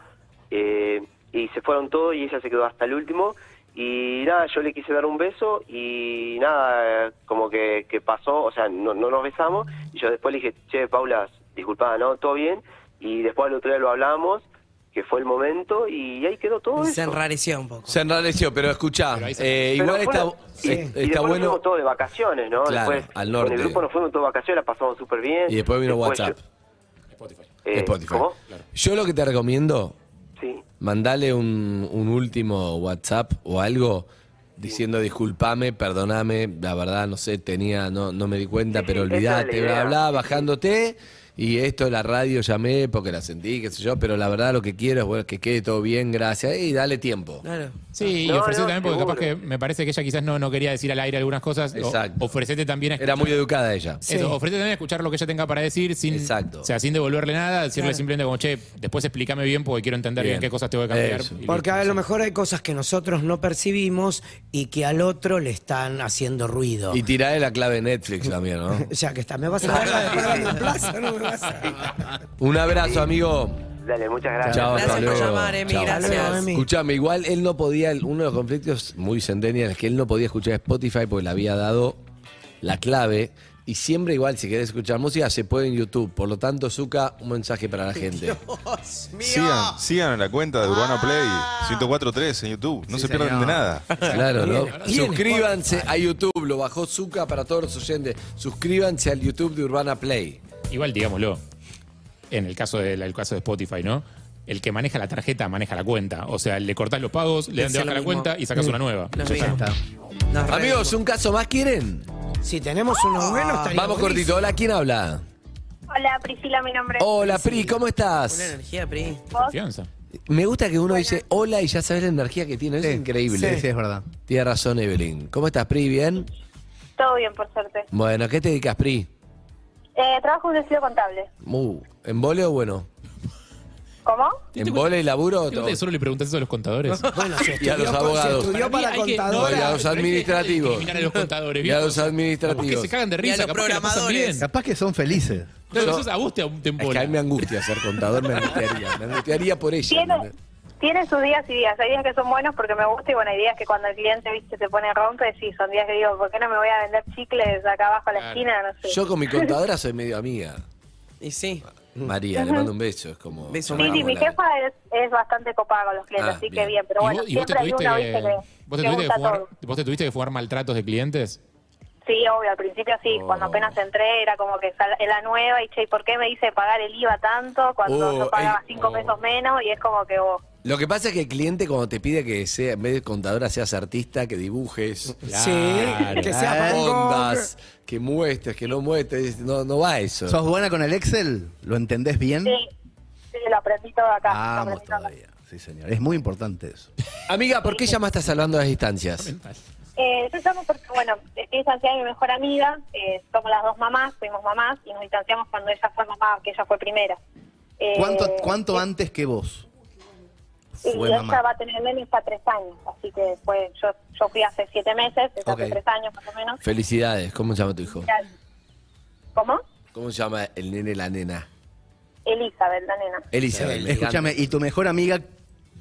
Speaker 7: eh, y se fueron todos y ella se quedó hasta el último. Y nada, yo le quise dar un beso y nada, eh, como que, que pasó, o sea, no, no nos besamos. Y yo después le dije, che, Paula, disculpada, ¿no? ¿Todo bien? Y después al otro día lo hablamos, que fue el momento y ahí quedó todo
Speaker 6: Y se
Speaker 7: eso.
Speaker 6: enrareció un poco.
Speaker 3: Se enrareció, pero escuchá,
Speaker 4: Pero ahí
Speaker 3: eh,
Speaker 7: Pero
Speaker 3: igual
Speaker 7: fue
Speaker 3: está,
Speaker 7: una- y-
Speaker 3: eh, está
Speaker 7: y después nos
Speaker 3: bueno.
Speaker 7: fuimos todos de vacaciones, ¿no?
Speaker 3: Claro,
Speaker 7: después,
Speaker 3: al norte.
Speaker 7: Con el grupo nos fuimos todos de vacaciones, la pasamos súper bien.
Speaker 3: Y después vino WhatsApp.
Speaker 7: yo- eh,
Speaker 3: Spotify.
Speaker 7: ¿Cómo?
Speaker 3: Yo lo que te recomiendo,
Speaker 7: Sí.
Speaker 3: mandale un, un último WhatsApp o algo diciendo disculpame, perdoname, la verdad no sé, tenía, no, no me di cuenta,
Speaker 7: Sí,
Speaker 3: pero
Speaker 7: sí, esa es la
Speaker 3: olvidate, bla,
Speaker 7: idea.
Speaker 3: bla, bla, bajándote. Y esto de la radio llamé porque la sentí, qué sé yo, pero la verdad lo que quiero es bueno, que quede todo bien, gracias. Y dale tiempo.
Speaker 6: Claro.
Speaker 4: Sí,
Speaker 7: No,
Speaker 4: y ofrecete
Speaker 7: no,
Speaker 4: también, porque capaz que
Speaker 7: seguro.
Speaker 4: me parece que ella quizás no, no quería decir al aire algunas cosas. O-
Speaker 3: Exacto.
Speaker 4: Ofrecete también a
Speaker 3: Era muy educada ella.
Speaker 4: Eso, ofrece también a escuchar lo que ella tenga para decir sin,
Speaker 3: Exacto.
Speaker 4: o sea, sin devolverle nada, decirle simplemente como, che, después explícame bien porque quiero entender bien,
Speaker 3: Bien.
Speaker 4: qué cosas te voy a cambiar.
Speaker 3: Eso.
Speaker 4: Y
Speaker 5: Porque
Speaker 4: listo,
Speaker 5: a
Speaker 4: sí.
Speaker 5: lo mejor hay cosas que nosotros no percibimos y que al otro le están haciendo ruido.
Speaker 3: Y tirarle la clave de Netflix también, ¿no?
Speaker 5: Ya que está, ¿me vas a dar la de pago en el plazo? No me vas a
Speaker 3: Un abrazo, amigo.
Speaker 7: Dale, muchas gracias.
Speaker 3: Chao,
Speaker 6: Gracias
Speaker 3: hasta
Speaker 6: por
Speaker 3: luego.
Speaker 6: llamar, Emi,
Speaker 3: Chao.
Speaker 6: gracias.
Speaker 5: Hasta luego, Emi.
Speaker 3: Escuchame, igual él no podía, uno de los conflictos muy centennial es que él no podía escuchar Spotify porque le había dado la clave. Y siempre igual, si querés escuchar música, se puede en YouTube. Por lo tanto, Zuka, un mensaje para la gente.
Speaker 10: Sigan, sigan en la cuenta de Urbana Play 104.3 en YouTube. No se pierdan de nada.
Speaker 3: Claro, ¿no?
Speaker 5: Y en
Speaker 3: Suscríbanse a YouTube, lo bajó Zuka para todos los oyentes. Suscríbanse al YouTube de Urbana Play.
Speaker 4: Igual, digámoslo, en el caso, de, el caso de Spotify, ¿no? El que maneja la tarjeta maneja la cuenta. O sea, le cortás los pagos, le dan de
Speaker 6: Decía
Speaker 4: baja la
Speaker 6: lo mismo.
Speaker 4: cuenta y sacas una nueva.
Speaker 6: Nos
Speaker 4: Ya está.
Speaker 6: vimos. Nos
Speaker 3: Amigos, ¿un caso más quieren?
Speaker 5: Si tenemos unos buenos, estaría
Speaker 3: Vamos
Speaker 5: buenísimo.
Speaker 3: cortito. Hola, ¿quién habla?
Speaker 11: Hola, Priscila, mi nombre.
Speaker 3: Hola, Pri, ¿cómo
Speaker 6: Una
Speaker 3: estás?
Speaker 6: energía, Pri.
Speaker 4: Confianza.
Speaker 3: Me gusta que uno dice hola y ya sabes la energía que tiene. Es increíble.
Speaker 8: Sí, sí, es verdad.
Speaker 3: Tiene razón, Evelyn. ¿Cómo estás, Pri? ¿Bien?
Speaker 11: Todo bien, por suerte.
Speaker 3: Bueno, ¿qué te dedicas, Pri?
Speaker 11: Eh, trabajo en un estudio contable.
Speaker 3: Uh, ¿En voleo o bueno?
Speaker 11: ¿Cómo?
Speaker 3: ¿En bola y laburo?
Speaker 4: ¿Te solo le preguntas eso a los contadores?
Speaker 5: Bueno, si
Speaker 3: Y a los
Speaker 5: estudió-
Speaker 3: abogados.
Speaker 5: si estudió para
Speaker 4: Para mí hay que-
Speaker 5: contador.
Speaker 3: Y a los
Speaker 4: pero hay que
Speaker 3: administrativos.
Speaker 4: eliminar a los contadores,
Speaker 3: Y a
Speaker 4: viejo.
Speaker 3: los
Speaker 4: Capaz que
Speaker 3: administrativos.
Speaker 4: se cagan de
Speaker 6: Y a
Speaker 4: risa,
Speaker 6: los
Speaker 4: capaz que la pasan
Speaker 6: programadores.
Speaker 4: bien.
Speaker 8: Capaz que son felices.
Speaker 4: No,
Speaker 3: Yo-
Speaker 4: eso es a vos te te
Speaker 3: Es que a
Speaker 4: embola.
Speaker 3: mí me angustia ser contador, me angustiaría. Me angustiaría por ella.
Speaker 11: Tiene, tiene sus días y días. Hay días que son buenos porque me gusta y bueno, hay días que cuando el cliente viste te pone rompe, sí, son días que digo, ¿por qué no me voy a vender chicles acá abajo a la
Speaker 4: Claro.
Speaker 11: esquina? No sé.
Speaker 3: Yo con mi contadora soy medio amiga.
Speaker 6: Y sí.
Speaker 3: María, le mando un beso. Es como.
Speaker 6: Beso,
Speaker 11: Sí, sí, mi
Speaker 3: Vamos, la-
Speaker 11: jefa es, es bastante copada con los clientes,
Speaker 3: Ah,
Speaker 11: así
Speaker 3: bien.
Speaker 11: que bien,
Speaker 4: ¿Y
Speaker 11: pero bueno,
Speaker 4: vos- y vos te
Speaker 11: siempre hay
Speaker 4: tuviste
Speaker 11: uno, viste,
Speaker 4: que- vos te
Speaker 11: que, que
Speaker 4: tuviste que
Speaker 11: gusta
Speaker 4: jugar-
Speaker 11: todo.
Speaker 4: vos te tuviste que jugar maltratos de clientes?
Speaker 11: Sí, obvio, al principio sí,
Speaker 3: Oh.
Speaker 11: cuando apenas entré era como que sal- era nueva y che, ¿y por qué me hice pagar el IVA tanto cuando
Speaker 3: Oh,
Speaker 11: yo pagaba
Speaker 3: ey,
Speaker 11: cinco
Speaker 4: oh.
Speaker 11: pesos menos? Y es como que vos...
Speaker 3: Lo que pasa es que el cliente, cuando te pide que sea, en vez de contadora, seas artista, que dibujes.
Speaker 4: Claro.
Speaker 5: Sí, que sea
Speaker 3: hagas
Speaker 5: Van Gogh.
Speaker 3: ondas, que muestres, que no muestres. No, no va eso.
Speaker 8: ¿Sos buena con el Excel? ¿Lo entendés bien?
Speaker 11: Sí, sí, lo aprendí todo acá. lo
Speaker 8: Vamos
Speaker 11: aprendí todo acá.
Speaker 8: todavía. Sí, señor. Es muy importante eso.
Speaker 3: Amiga, ¿por qué ya más estás salvando las distancias?
Speaker 11: Eh, yo llamo porque, bueno, estoy distanciada de mi mejor amiga, eh, somos las dos mamás, fuimos mamás y nos distanciamos cuando ella fue mamá, que ella fue primera. Eh,
Speaker 8: ¿Cuánto, cuánto antes que vos?
Speaker 11: Y
Speaker 8: Fue
Speaker 11: ella
Speaker 8: mamá.
Speaker 11: va a tener menos para tres años, así que fue, yo, yo fui hace siete meses, es
Speaker 3: Ok.
Speaker 11: hace tres años más o menos.
Speaker 3: Felicidades. ¿Cómo se llama tu hijo?
Speaker 11: ¿Cómo?
Speaker 3: ¿Cómo se llama el nene, la nena?
Speaker 11: Elizabeth, la nena.
Speaker 3: Elizabeth. me encanta.
Speaker 8: Eh, Escúchame, ¿y tu mejor amiga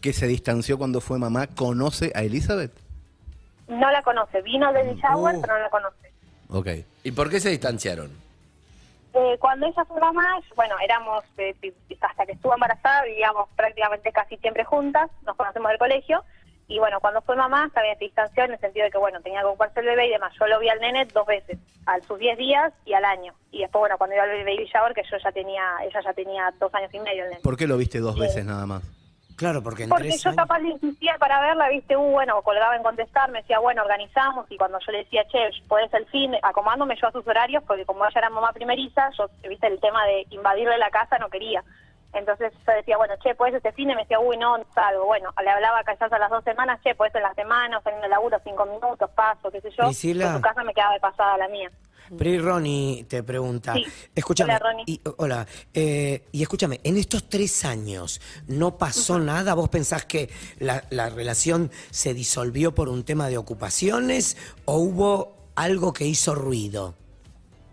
Speaker 8: que se distanció cuando fue mamá conoce a Elizabeth?
Speaker 11: No la conoce, vino de Shower, pero no la conoce.
Speaker 8: Ok.
Speaker 3: ¿Y por qué se distanciaron?
Speaker 11: Eh, cuando ella fue mamá, yo- bueno, éramos, eh, vi- hasta que estuvo embarazada, vivíamos prácticamente casi siempre juntas, nos conocemos del colegio, y bueno, cuando fue mamá, también se distanció en el sentido de que, bueno, tenía que ocuparse el bebé y demás. Yo lo vi al nene dos veces, a sus 10 días y al año. Y después, bueno, cuando iba al baby shower, que yo ya tenía, ella ya tenía dos años y medio el nene.
Speaker 8: ¿Por qué lo viste dos veces nada más?
Speaker 5: Claro, porque en
Speaker 11: Porque
Speaker 5: tres
Speaker 11: yo
Speaker 5: años-
Speaker 11: capaz le insistía para verla, viste, uh, bueno, colgaba en contestar, me decía, bueno, organizamos, y cuando yo le decía, che, podés el fin, acomándome yo a sus horarios, porque como ella era mamá primeriza, yo, viste, el tema de invadirle la casa no quería. Entonces yo decía, bueno, che, podés este fin, y me decía, uy, no, no salgo, bueno, le hablaba quizás a las dos semanas, che, podés en las semanas, saliendo de laburo, cinco minutos, paso, qué sé yo,
Speaker 5: Priscila.
Speaker 11: en su casa me quedaba de pasada la mía.
Speaker 5: Pri Ronnie te pregunta.
Speaker 11: Sí.
Speaker 5: Escúchame.
Speaker 11: Hola, Ronnie.
Speaker 5: Y, hola. eh, y escúchame, en estos tres años no pasó nada. ¿Vos pensás que la, la relación se disolvió por un tema de ocupaciones o hubo algo que hizo ruido?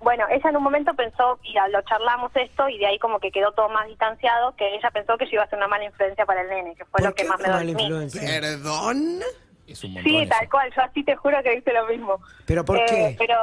Speaker 11: Bueno, ella en un momento pensó, y a- lo charlamos esto, y de ahí como que quedó todo más distanciado, que ella pensó que yo iba a ser una mala influencia para el nene, que fue
Speaker 5: ¿Por
Speaker 11: lo que
Speaker 5: qué
Speaker 11: más
Speaker 5: fue
Speaker 11: me
Speaker 5: mala
Speaker 11: dolió. a mí.
Speaker 5: influencia?
Speaker 6: ¿Perdón?
Speaker 4: Es un montón.
Speaker 11: Sí,
Speaker 4: eso.
Speaker 11: tal cual, yo así te juro que hice lo mismo.
Speaker 5: ¿Pero por
Speaker 11: Eh,
Speaker 5: qué?
Speaker 11: Pero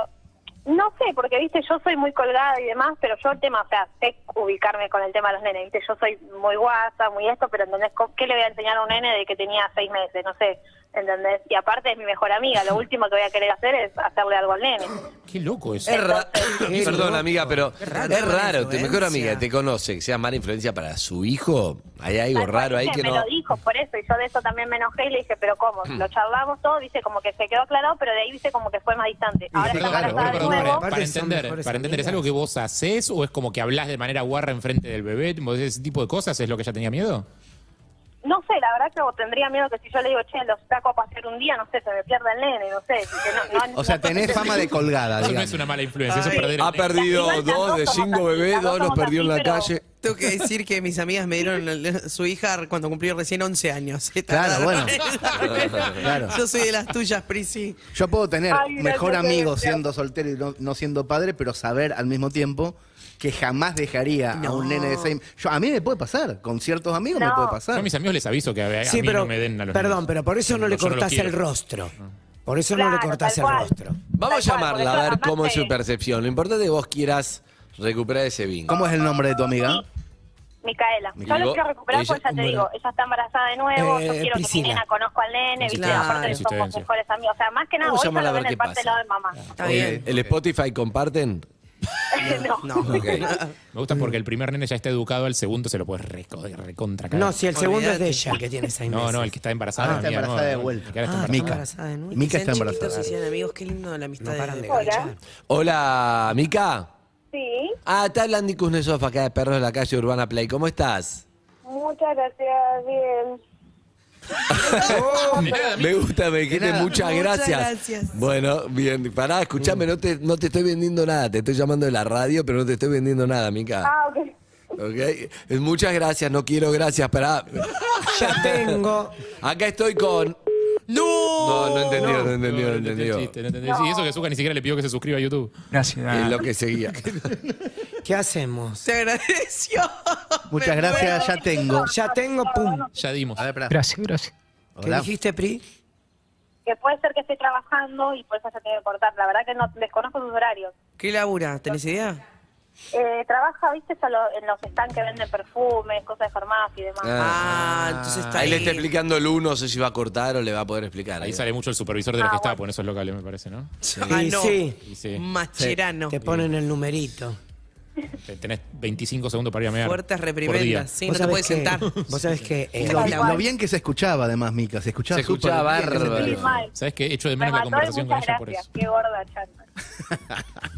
Speaker 11: no sé, porque viste, yo soy muy colgada y demás, pero yo el tema, o sea, sé ubicarme con el tema de los nenes, viste, yo soy muy guasa, muy esto, pero ¿entendés ¿Con qué le voy a enseñar a un nene de que tenía seis meses? No sé, ¿entendés? Y aparte es mi mejor amiga, lo último que voy a querer hacer es hacerle algo al nene.
Speaker 4: Qué loco eso.
Speaker 3: Es ra-
Speaker 5: Qué
Speaker 3: Perdón,
Speaker 5: loco.
Speaker 3: amiga, pero
Speaker 5: Qué raro.
Speaker 3: es raro. Tu mejor
Speaker 6: Influencia.
Speaker 3: amiga te conoce, que sea mala influencia para su hijo. Hay algo
Speaker 11: Tal cual,
Speaker 3: raro ahí
Speaker 11: dice,
Speaker 3: que
Speaker 11: me
Speaker 3: no.
Speaker 11: lo dijo por eso y yo de eso también me enojé y le dije pero cómo lo charlamos todo dice como que se quedó aclarado pero de ahí dice como que fue más distante ahora
Speaker 4: Perdón,
Speaker 11: está
Speaker 4: perdón,
Speaker 11: embarazada de
Speaker 4: perdón,
Speaker 5: Aparte
Speaker 11: nuevo
Speaker 4: para, para
Speaker 5: son
Speaker 4: entender,
Speaker 5: mejores
Speaker 4: para entender, ¿es
Speaker 5: amigas.
Speaker 4: algo que vos haces o es como que hablas de manera guarra enfrente del bebé? ¿Vos decís ¿Ese tipo de cosas es lo que ella tenía miedo?
Speaker 11: no sé la verdad que tendría miedo que si yo le digo che los saco a pasear un día no sé se me pierda el nene no sé que no- no-
Speaker 8: O sea,
Speaker 11: no-
Speaker 8: tenés fama de
Speaker 4: Eso
Speaker 8: colgada,
Speaker 4: no
Speaker 8: digamos.
Speaker 4: es una mala influencia, eso es
Speaker 6: Ay,
Speaker 4: perder el
Speaker 3: Ha
Speaker 4: nene.
Speaker 3: perdido
Speaker 11: Igual las
Speaker 3: dos
Speaker 11: dos
Speaker 3: de
Speaker 11: somos
Speaker 3: cinco
Speaker 11: así,
Speaker 3: bebés,
Speaker 11: las dos
Speaker 3: dos los
Speaker 11: somos
Speaker 3: perdió en
Speaker 11: así,
Speaker 3: la
Speaker 11: pero-
Speaker 3: calle.
Speaker 6: Tengo que decir que mis amigas me dieron el- su hija cuando cumplió recién 11 años. Se
Speaker 8: Claro,
Speaker 6: tardaron
Speaker 8: bueno.
Speaker 6: en darme.
Speaker 8: Claro.
Speaker 6: Yo soy de las tuyas, Prisi.
Speaker 8: Yo puedo tener
Speaker 11: Ay, gracias,
Speaker 8: mejor amigo
Speaker 11: gracias.
Speaker 8: siendo soltero y no, no siendo padre, pero saber al mismo tiempo que jamás dejaría a un nene de seis. Yo, a mí me puede pasar, con ciertos amigos me
Speaker 11: No.
Speaker 8: puede
Speaker 4: Yo a
Speaker 8: pasar.
Speaker 4: mis amigos les aviso que Eh, a, a
Speaker 5: Sí,
Speaker 4: mí
Speaker 5: pero.
Speaker 4: no me den a los
Speaker 5: perdón,
Speaker 4: niños.
Speaker 5: pero por eso no le
Speaker 4: Yo los
Speaker 5: cortás el
Speaker 4: quiero. Ah.
Speaker 5: rostro. Por eso no le
Speaker 11: Claro,
Speaker 5: cortás
Speaker 11: tal
Speaker 5: el
Speaker 11: cual.
Speaker 5: rostro.
Speaker 3: Vamos a
Speaker 11: Tal cual, por
Speaker 3: llamarla a
Speaker 11: eso
Speaker 3: ver cómo es
Speaker 11: además
Speaker 3: su
Speaker 11: te-
Speaker 3: percepción. Lo importante es que vos quieras recuperar ese vínculo.
Speaker 8: ¿Cómo es el nombre de tu amiga?
Speaker 11: Micaela, yo
Speaker 3: Digo,
Speaker 11: lo quiero recuperar
Speaker 3: ella-
Speaker 11: porque ya te digo, ella está embarazada de nuevo, yo
Speaker 5: Eh,
Speaker 11: quiero que mi
Speaker 5: Priscila.
Speaker 11: nena conozca al nene, viste,
Speaker 6: Claro.
Speaker 11: aparte somos
Speaker 4: Insistencia.
Speaker 11: mejores amigos, o sea, más que nada,
Speaker 3: Vamos
Speaker 11: hoy
Speaker 3: a llamarla
Speaker 11: solo
Speaker 3: a ver
Speaker 11: ven
Speaker 3: qué
Speaker 11: el parte del
Speaker 3: pasa.
Speaker 11: lado de mamá.
Speaker 6: Está bien.
Speaker 3: ¿El Spotify comparten?
Speaker 11: No.
Speaker 6: No.
Speaker 3: Ok.
Speaker 4: Me gusta porque el primer nene ya está educado, al segundo se lo puedes recontra. recontra cagar.
Speaker 5: No, si el segundo es de
Speaker 6: Olvídate.
Speaker 5: ella que tiene seis meses.
Speaker 4: no, no, el que está embarazada.
Speaker 8: Ah, está
Speaker 4: mía, no,
Speaker 8: embarazada de
Speaker 4: no,
Speaker 8: vuelta.
Speaker 4: que ahora está
Speaker 5: Ah,
Speaker 8: Mica.
Speaker 4: embarazada.
Speaker 5: embarazada de nuevo.
Speaker 8: Mica
Speaker 6: Que
Speaker 8: está
Speaker 6: sean
Speaker 8: embarazada.
Speaker 6: chiquitos y sean amigos, qué lindo la amistad
Speaker 5: No paran
Speaker 6: de-
Speaker 5: de
Speaker 11: Hola.
Speaker 5: cachar.
Speaker 3: Hola, Mica.
Speaker 11: Sí,
Speaker 3: Ah, está Landy Kuznetsov acá de Perros de la Calle Urbana Play. ¿Cómo estás?
Speaker 11: muchas gracias, bien.
Speaker 3: Me gusta, me dijiste
Speaker 8: nada.
Speaker 3: muchas
Speaker 6: Muchas
Speaker 3: gracias.
Speaker 6: gracias.
Speaker 3: Bueno, bien, pará, escuchame, no te, no te estoy vendiendo nada, te estoy llamando de la radio, pero no te estoy vendiendo nada, Mica.
Speaker 11: Ah, ok.
Speaker 3: Ok, eh, Muchas gracias, no quiero gracias, para.
Speaker 5: Ya tengo.
Speaker 3: Acá estoy con. No, no entendió, no, entendió, no entendió.
Speaker 4: el chiste, no entendió. Sí, eso que Zucca ni siquiera le pidió que se suscriba a YouTube.
Speaker 3: Es lo que seguía.
Speaker 5: ¿Qué hacemos?
Speaker 6: Te agradeció.
Speaker 8: Muchas
Speaker 6: Me
Speaker 8: gracias, ya
Speaker 6: muero.
Speaker 8: tengo.
Speaker 5: Ya tengo, pum.
Speaker 4: Ya dimos.
Speaker 8: A ver, pará.
Speaker 12: Gracias, gracias.
Speaker 5: ¿Qué
Speaker 8: Hola.
Speaker 5: dijiste, Pri?
Speaker 11: Que puede ser que esté trabajando y por eso se tiene que cortar. La verdad que no desconozco sus horarios.
Speaker 6: ¿Qué labura? ¿Tenés idea?
Speaker 11: Eh, trabaja, viste, a lo- en los stands que venden perfumes, cosas de farmacia y demás.
Speaker 6: Ah, entonces está
Speaker 3: Ahí
Speaker 6: ahí.
Speaker 3: le está explicando el uno, no sé si va a cortar o le va a poder explicar.
Speaker 4: Ahí sale mucho el supervisor
Speaker 11: Ah,
Speaker 4: de los Gestapo en esos locales, me parece, ¿no?
Speaker 6: Ah,
Speaker 5: Y
Speaker 6: no.
Speaker 5: sí,
Speaker 4: Y sí.
Speaker 6: Macherano.
Speaker 5: te ponen el numerito.
Speaker 4: Te- Tenés 25 segundos para ir a mear.
Speaker 6: Fuertes
Speaker 4: por día.
Speaker 6: reprimendas. Sí, no
Speaker 5: Vos
Speaker 6: te
Speaker 5: sabés
Speaker 6: puedes
Speaker 5: que-
Speaker 6: sentar.
Speaker 5: Vos sabés que... eh,
Speaker 8: Lo, lo bien que se escuchaba, además, Mica. Se escuchaba
Speaker 3: Se escuchaba
Speaker 8: súper bien.
Speaker 3: bárbaro.
Speaker 11: Sí, mal.
Speaker 4: ¿Sabes qué? Echo de
Speaker 11: Me
Speaker 4: menos la
Speaker 11: mató y
Speaker 4: conversación con
Speaker 11: muchas
Speaker 4: ella por
Speaker 11: gracias.
Speaker 4: eso.
Speaker 11: Qué gorda, chanta.
Speaker 6: Ha-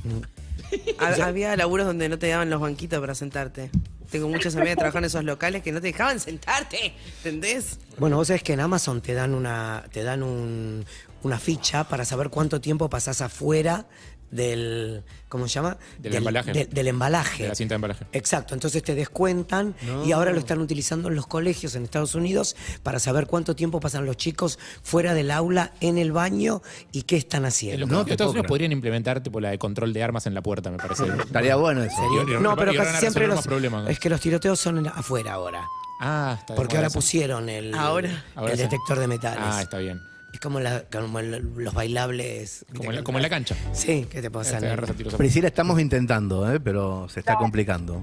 Speaker 6: Había laburos donde no te daban los banquitos para sentarte. Tengo muchas amigas que trabajan en esos locales que no te dejaban sentarte. ¿Entendés?
Speaker 5: Bueno, vos sabés que en Amazon te dan una, te dan un- una ficha para saber cuánto tiempo pasás afuera del, ¿cómo se llama?
Speaker 4: Del embalaje.
Speaker 5: del- del embalaje.
Speaker 4: De la cinta de embalaje.
Speaker 5: Exacto, entonces te descuentan y ahora lo están utilizando en los colegios en Estados Unidos para saber cuánto tiempo pasan los chicos fuera del aula, en el baño y qué están
Speaker 4: En
Speaker 5: haciendo.
Speaker 4: los
Speaker 8: No,
Speaker 4: colegios de Estados
Speaker 8: te puedo
Speaker 4: Unidos podrían implementar tipo la de control de armas en la puerta, me parece.
Speaker 8: Estaría bueno eso.
Speaker 4: Y- y-
Speaker 5: No,
Speaker 4: y
Speaker 5: pero
Speaker 4: van a
Speaker 5: casi
Speaker 4: resolver
Speaker 5: siempre
Speaker 4: más
Speaker 5: los,
Speaker 4: problemas, ¿no?
Speaker 5: es que los tiroteos son en- afuera ahora,
Speaker 4: Ah, está de
Speaker 5: porque
Speaker 4: moda
Speaker 5: ahora
Speaker 4: eso.
Speaker 5: pusieron el,
Speaker 6: Ahora.
Speaker 4: Ahora
Speaker 5: el
Speaker 4: sí.
Speaker 5: detector de metales.
Speaker 4: Ah, está bien.
Speaker 5: Es como, la- como el- los bailables.
Speaker 4: Como en la, como en la cancha. Este,
Speaker 5: Sí, ¿qué te
Speaker 4: Te
Speaker 5: pasa?
Speaker 4: agarras a tiros a-
Speaker 8: Priscila, estamos intentando, ¿eh? pero se está complicando.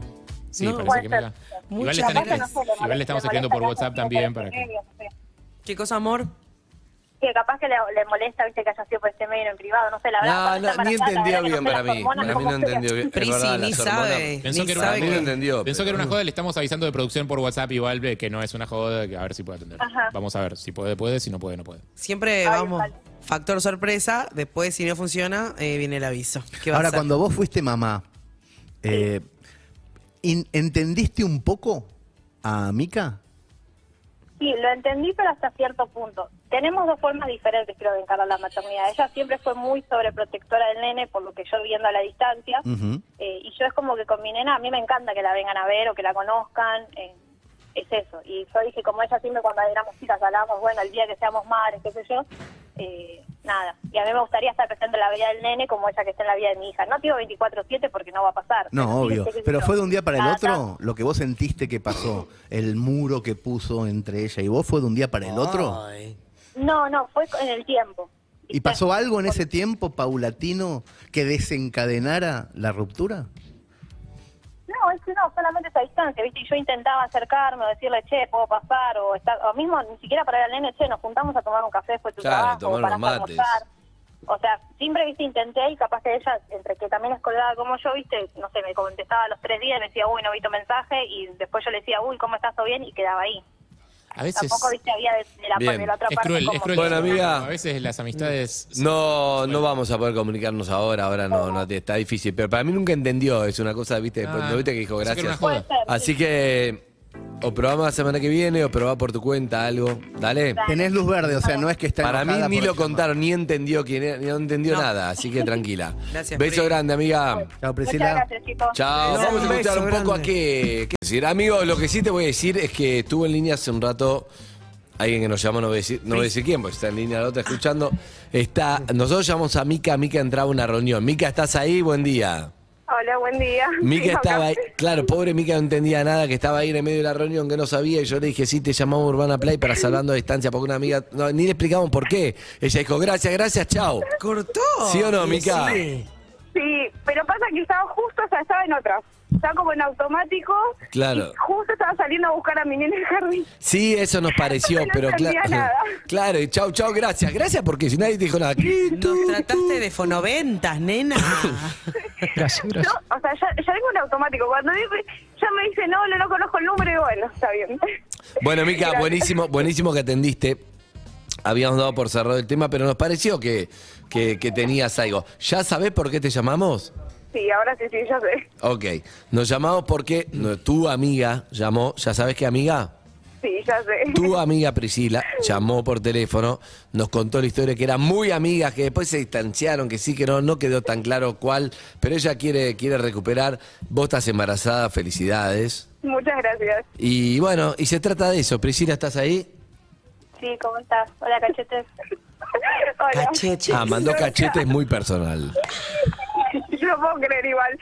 Speaker 4: Sí,
Speaker 6: No,
Speaker 4: parece
Speaker 11: puede
Speaker 4: que
Speaker 11: ser.
Speaker 4: mega. Igual,
Speaker 6: Muchas
Speaker 4: le están-
Speaker 6: gracias.
Speaker 4: igual le estamos escribiendo por WhatsApp también para que.
Speaker 11: que...
Speaker 6: ¿Qué cosa, amor?
Speaker 11: Que capaz que le, le molesta, viste, que haya sido por este medio en privado, no sé, la verdad.
Speaker 3: No,
Speaker 11: para
Speaker 3: no,
Speaker 11: estar
Speaker 3: ni
Speaker 11: embarazada,
Speaker 3: entendió
Speaker 11: la verdad que
Speaker 3: bien
Speaker 11: no sé
Speaker 3: para
Speaker 11: las
Speaker 3: mí.
Speaker 11: hormonas
Speaker 3: Para mí
Speaker 11: cómo
Speaker 3: no
Speaker 11: serían.
Speaker 3: entendió bien. Es
Speaker 6: Prisi,
Speaker 3: verdad,
Speaker 6: ni
Speaker 3: las hormonas-
Speaker 6: sabe.
Speaker 4: Pensó
Speaker 6: ni
Speaker 4: que, era una
Speaker 6: sabe
Speaker 3: Para mí
Speaker 6: que-
Speaker 3: no
Speaker 4: joda.
Speaker 3: entendió.
Speaker 4: Pensó que era una joda, le estamos avisando de producción por WhatsApp igual de que no es una joda, que a ver si puede atender.
Speaker 11: Ajá.
Speaker 4: Vamos a ver, si puede, puede, si no puede, no puede.
Speaker 6: Siempre
Speaker 11: Ay,
Speaker 6: vamos.
Speaker 11: vale.
Speaker 6: Factor sorpresa, después si no funciona, eh, viene el aviso. ¿Qué va a
Speaker 8: Ahora,
Speaker 6: hacer?
Speaker 8: cuando vos fuiste mamá, eh, in- ¿entendiste un poco a Mica?
Speaker 11: Sí, lo entendí, pero hasta cierto punto. Tenemos dos formas diferentes, creo, de encarar la maternidad. Ella siempre fue muy sobreprotectora del nene, por lo que yo viendo a la distancia.
Speaker 8: Ujú.
Speaker 11: Eh, y yo es como que con mi nena, a mí me encanta que la vengan a ver o que la conozcan. eh, es eso. Y yo dije, como ella siempre cuando éramos chicas hablábamos, bueno, el día que seamos madres, qué sé yo. eh, nada. Y a mí me gustaría estar presente en la vida del nene como ella que está en la vida de mi hija. No digo 24-7 porque no va a pasar.
Speaker 8: No,
Speaker 11: Sí,
Speaker 8: obvio.
Speaker 11: sí, sí, sí,
Speaker 8: Pero
Speaker 11: no.
Speaker 8: fue de un día para el
Speaker 11: Cada
Speaker 8: otro lo que vos sentiste que pasó, el muro que puso entre ella y vos, fue de un día para el otro.
Speaker 5: Ay.
Speaker 11: No, no, fue en el tiempo.
Speaker 8: ¿Y pasó algo en ese tiempo paulatino que desencadenara la ruptura?
Speaker 11: No, es que no, solamente esa distancia, ¿viste? Y yo intentaba acercarme o decirle, che, puedo pasar, o, estar, o mismo ni siquiera para ir al nene, che, nos juntamos a tomar un café después de tu
Speaker 3: Claro,
Speaker 11: trabajo,
Speaker 3: tomar
Speaker 11: o para
Speaker 3: unos
Speaker 11: a
Speaker 3: mates.
Speaker 11: almorzar. O sea, siempre, viste, intenté y capaz que ella, entre que también es colgada como yo, viste, no sé, me contestaba a los tres días, me decía, uy, no vi tu mensaje, y después yo le decía, uy, ¿cómo estás? ¿Todo bien? Y quedaba ahí.
Speaker 4: A veces.
Speaker 11: Tampoco, viste, había de, de la,
Speaker 3: Bien.
Speaker 11: de la otra
Speaker 4: Es
Speaker 11: parte.
Speaker 4: cruel, es
Speaker 11: como
Speaker 4: cruel.
Speaker 11: que-
Speaker 3: Bueno, amiga. Mm.
Speaker 4: A veces las amistades.
Speaker 3: No, no vamos a poder comunicarnos ahora, ahora no, no está difícil. Pero para mí nunca entendió, es una cosa, viste,
Speaker 4: Ah,
Speaker 3: cuando viste que dijo
Speaker 4: pensé que era
Speaker 3: gracias.
Speaker 4: una joda.
Speaker 11: Puede ser, sí.
Speaker 3: Así que o probamos la semana que viene o probá por tu cuenta algo, dale.
Speaker 8: Tenés luz verde, o sea, no es que está
Speaker 3: Para mí
Speaker 8: enojada
Speaker 3: ni
Speaker 8: por
Speaker 3: lo
Speaker 8: ella.
Speaker 3: contaron, ni entendió quién era, ni no entendió
Speaker 6: No.
Speaker 3: nada, así que tranquila.
Speaker 6: Gracias,
Speaker 3: Beso
Speaker 6: Pri.
Speaker 3: grande, amiga.
Speaker 8: Chao,
Speaker 11: Muchas
Speaker 8: Priscila.
Speaker 11: gracias, chicos.
Speaker 3: Chao,
Speaker 5: Beso,
Speaker 3: vamos a
Speaker 5: un
Speaker 3: escuchar
Speaker 5: beso
Speaker 3: un poco a
Speaker 5: grande.
Speaker 3: qué, qué decir. Amigos, lo que sí te voy a decir es que estuvo en línea hace un rato alguien que nos llamó, no voy a decir, no voy a decir quién, porque está en línea la otra escuchando. Está, nosotros llamamos a Mica, Mica entraba a una reunión. Mica, ¿estás ahí? Buen día.
Speaker 11: Hola, buen día.
Speaker 3: Mica estaba ahí, claro, pobre Mica no entendía nada, que estaba ahí en el medio de la reunión, que no sabía, y yo le dije, sí, te llamamos Urbana Play para salvando a distancia, porque una amiga, no, ni le explicamos por qué. Ella dijo, gracias, gracias, chao.
Speaker 6: ¿Cortó?
Speaker 3: ¿Sí o no, Mica?
Speaker 5: Sí.
Speaker 13: Sí, pero pasa que estaba justo, o sea, estaba en otra. Estaba como en automático.
Speaker 3: Claro.
Speaker 13: y justo estaba saliendo a buscar a mi nene en el jardín.
Speaker 3: Sí, eso nos pareció,
Speaker 13: No
Speaker 3: pero
Speaker 13: entendía
Speaker 3: claro.
Speaker 13: nada.
Speaker 3: Claro, y chau, chau, gracias. Gracias porque si nadie te dijo nada.
Speaker 6: Nos trataste de fonoventas, nena.
Speaker 12: Gracias,
Speaker 13: Yo,
Speaker 12: gracias.
Speaker 13: o sea, ya, ya vengo en automático. Cuando dice- ya me dice, no, no, no conozco el número, y bueno, está bien.
Speaker 3: Bueno, Mica, buenísimo, buenísimo que atendiste. Habíamos dado por cerrado el tema, pero nos pareció que, que, que tenías algo. ¿Ya sabés por qué te llamamos?
Speaker 13: Sí, ahora sí, sí, ya sé.
Speaker 3: Ok. Nos llamamos porque no- tu amiga llamó. ¿Ya sabes qué amiga?
Speaker 13: Sí, ya sé.
Speaker 3: Tu amiga Priscila llamó por teléfono, nos contó la historia que eran muy amigas, que después se distanciaron, que sí, que no, no quedó tan claro cuál, pero ella quiere, quiere recuperar. Vos estás embarazada, felicidades.
Speaker 13: Muchas gracias.
Speaker 3: Y bueno, y se trata de eso. Priscila, ¿estás ahí?
Speaker 11: Sí, ¿cómo estás? Hola, cachetes. Hola.
Speaker 3: Ah, mandó cachetes muy personal.
Speaker 13: Yo no puedo creer igual.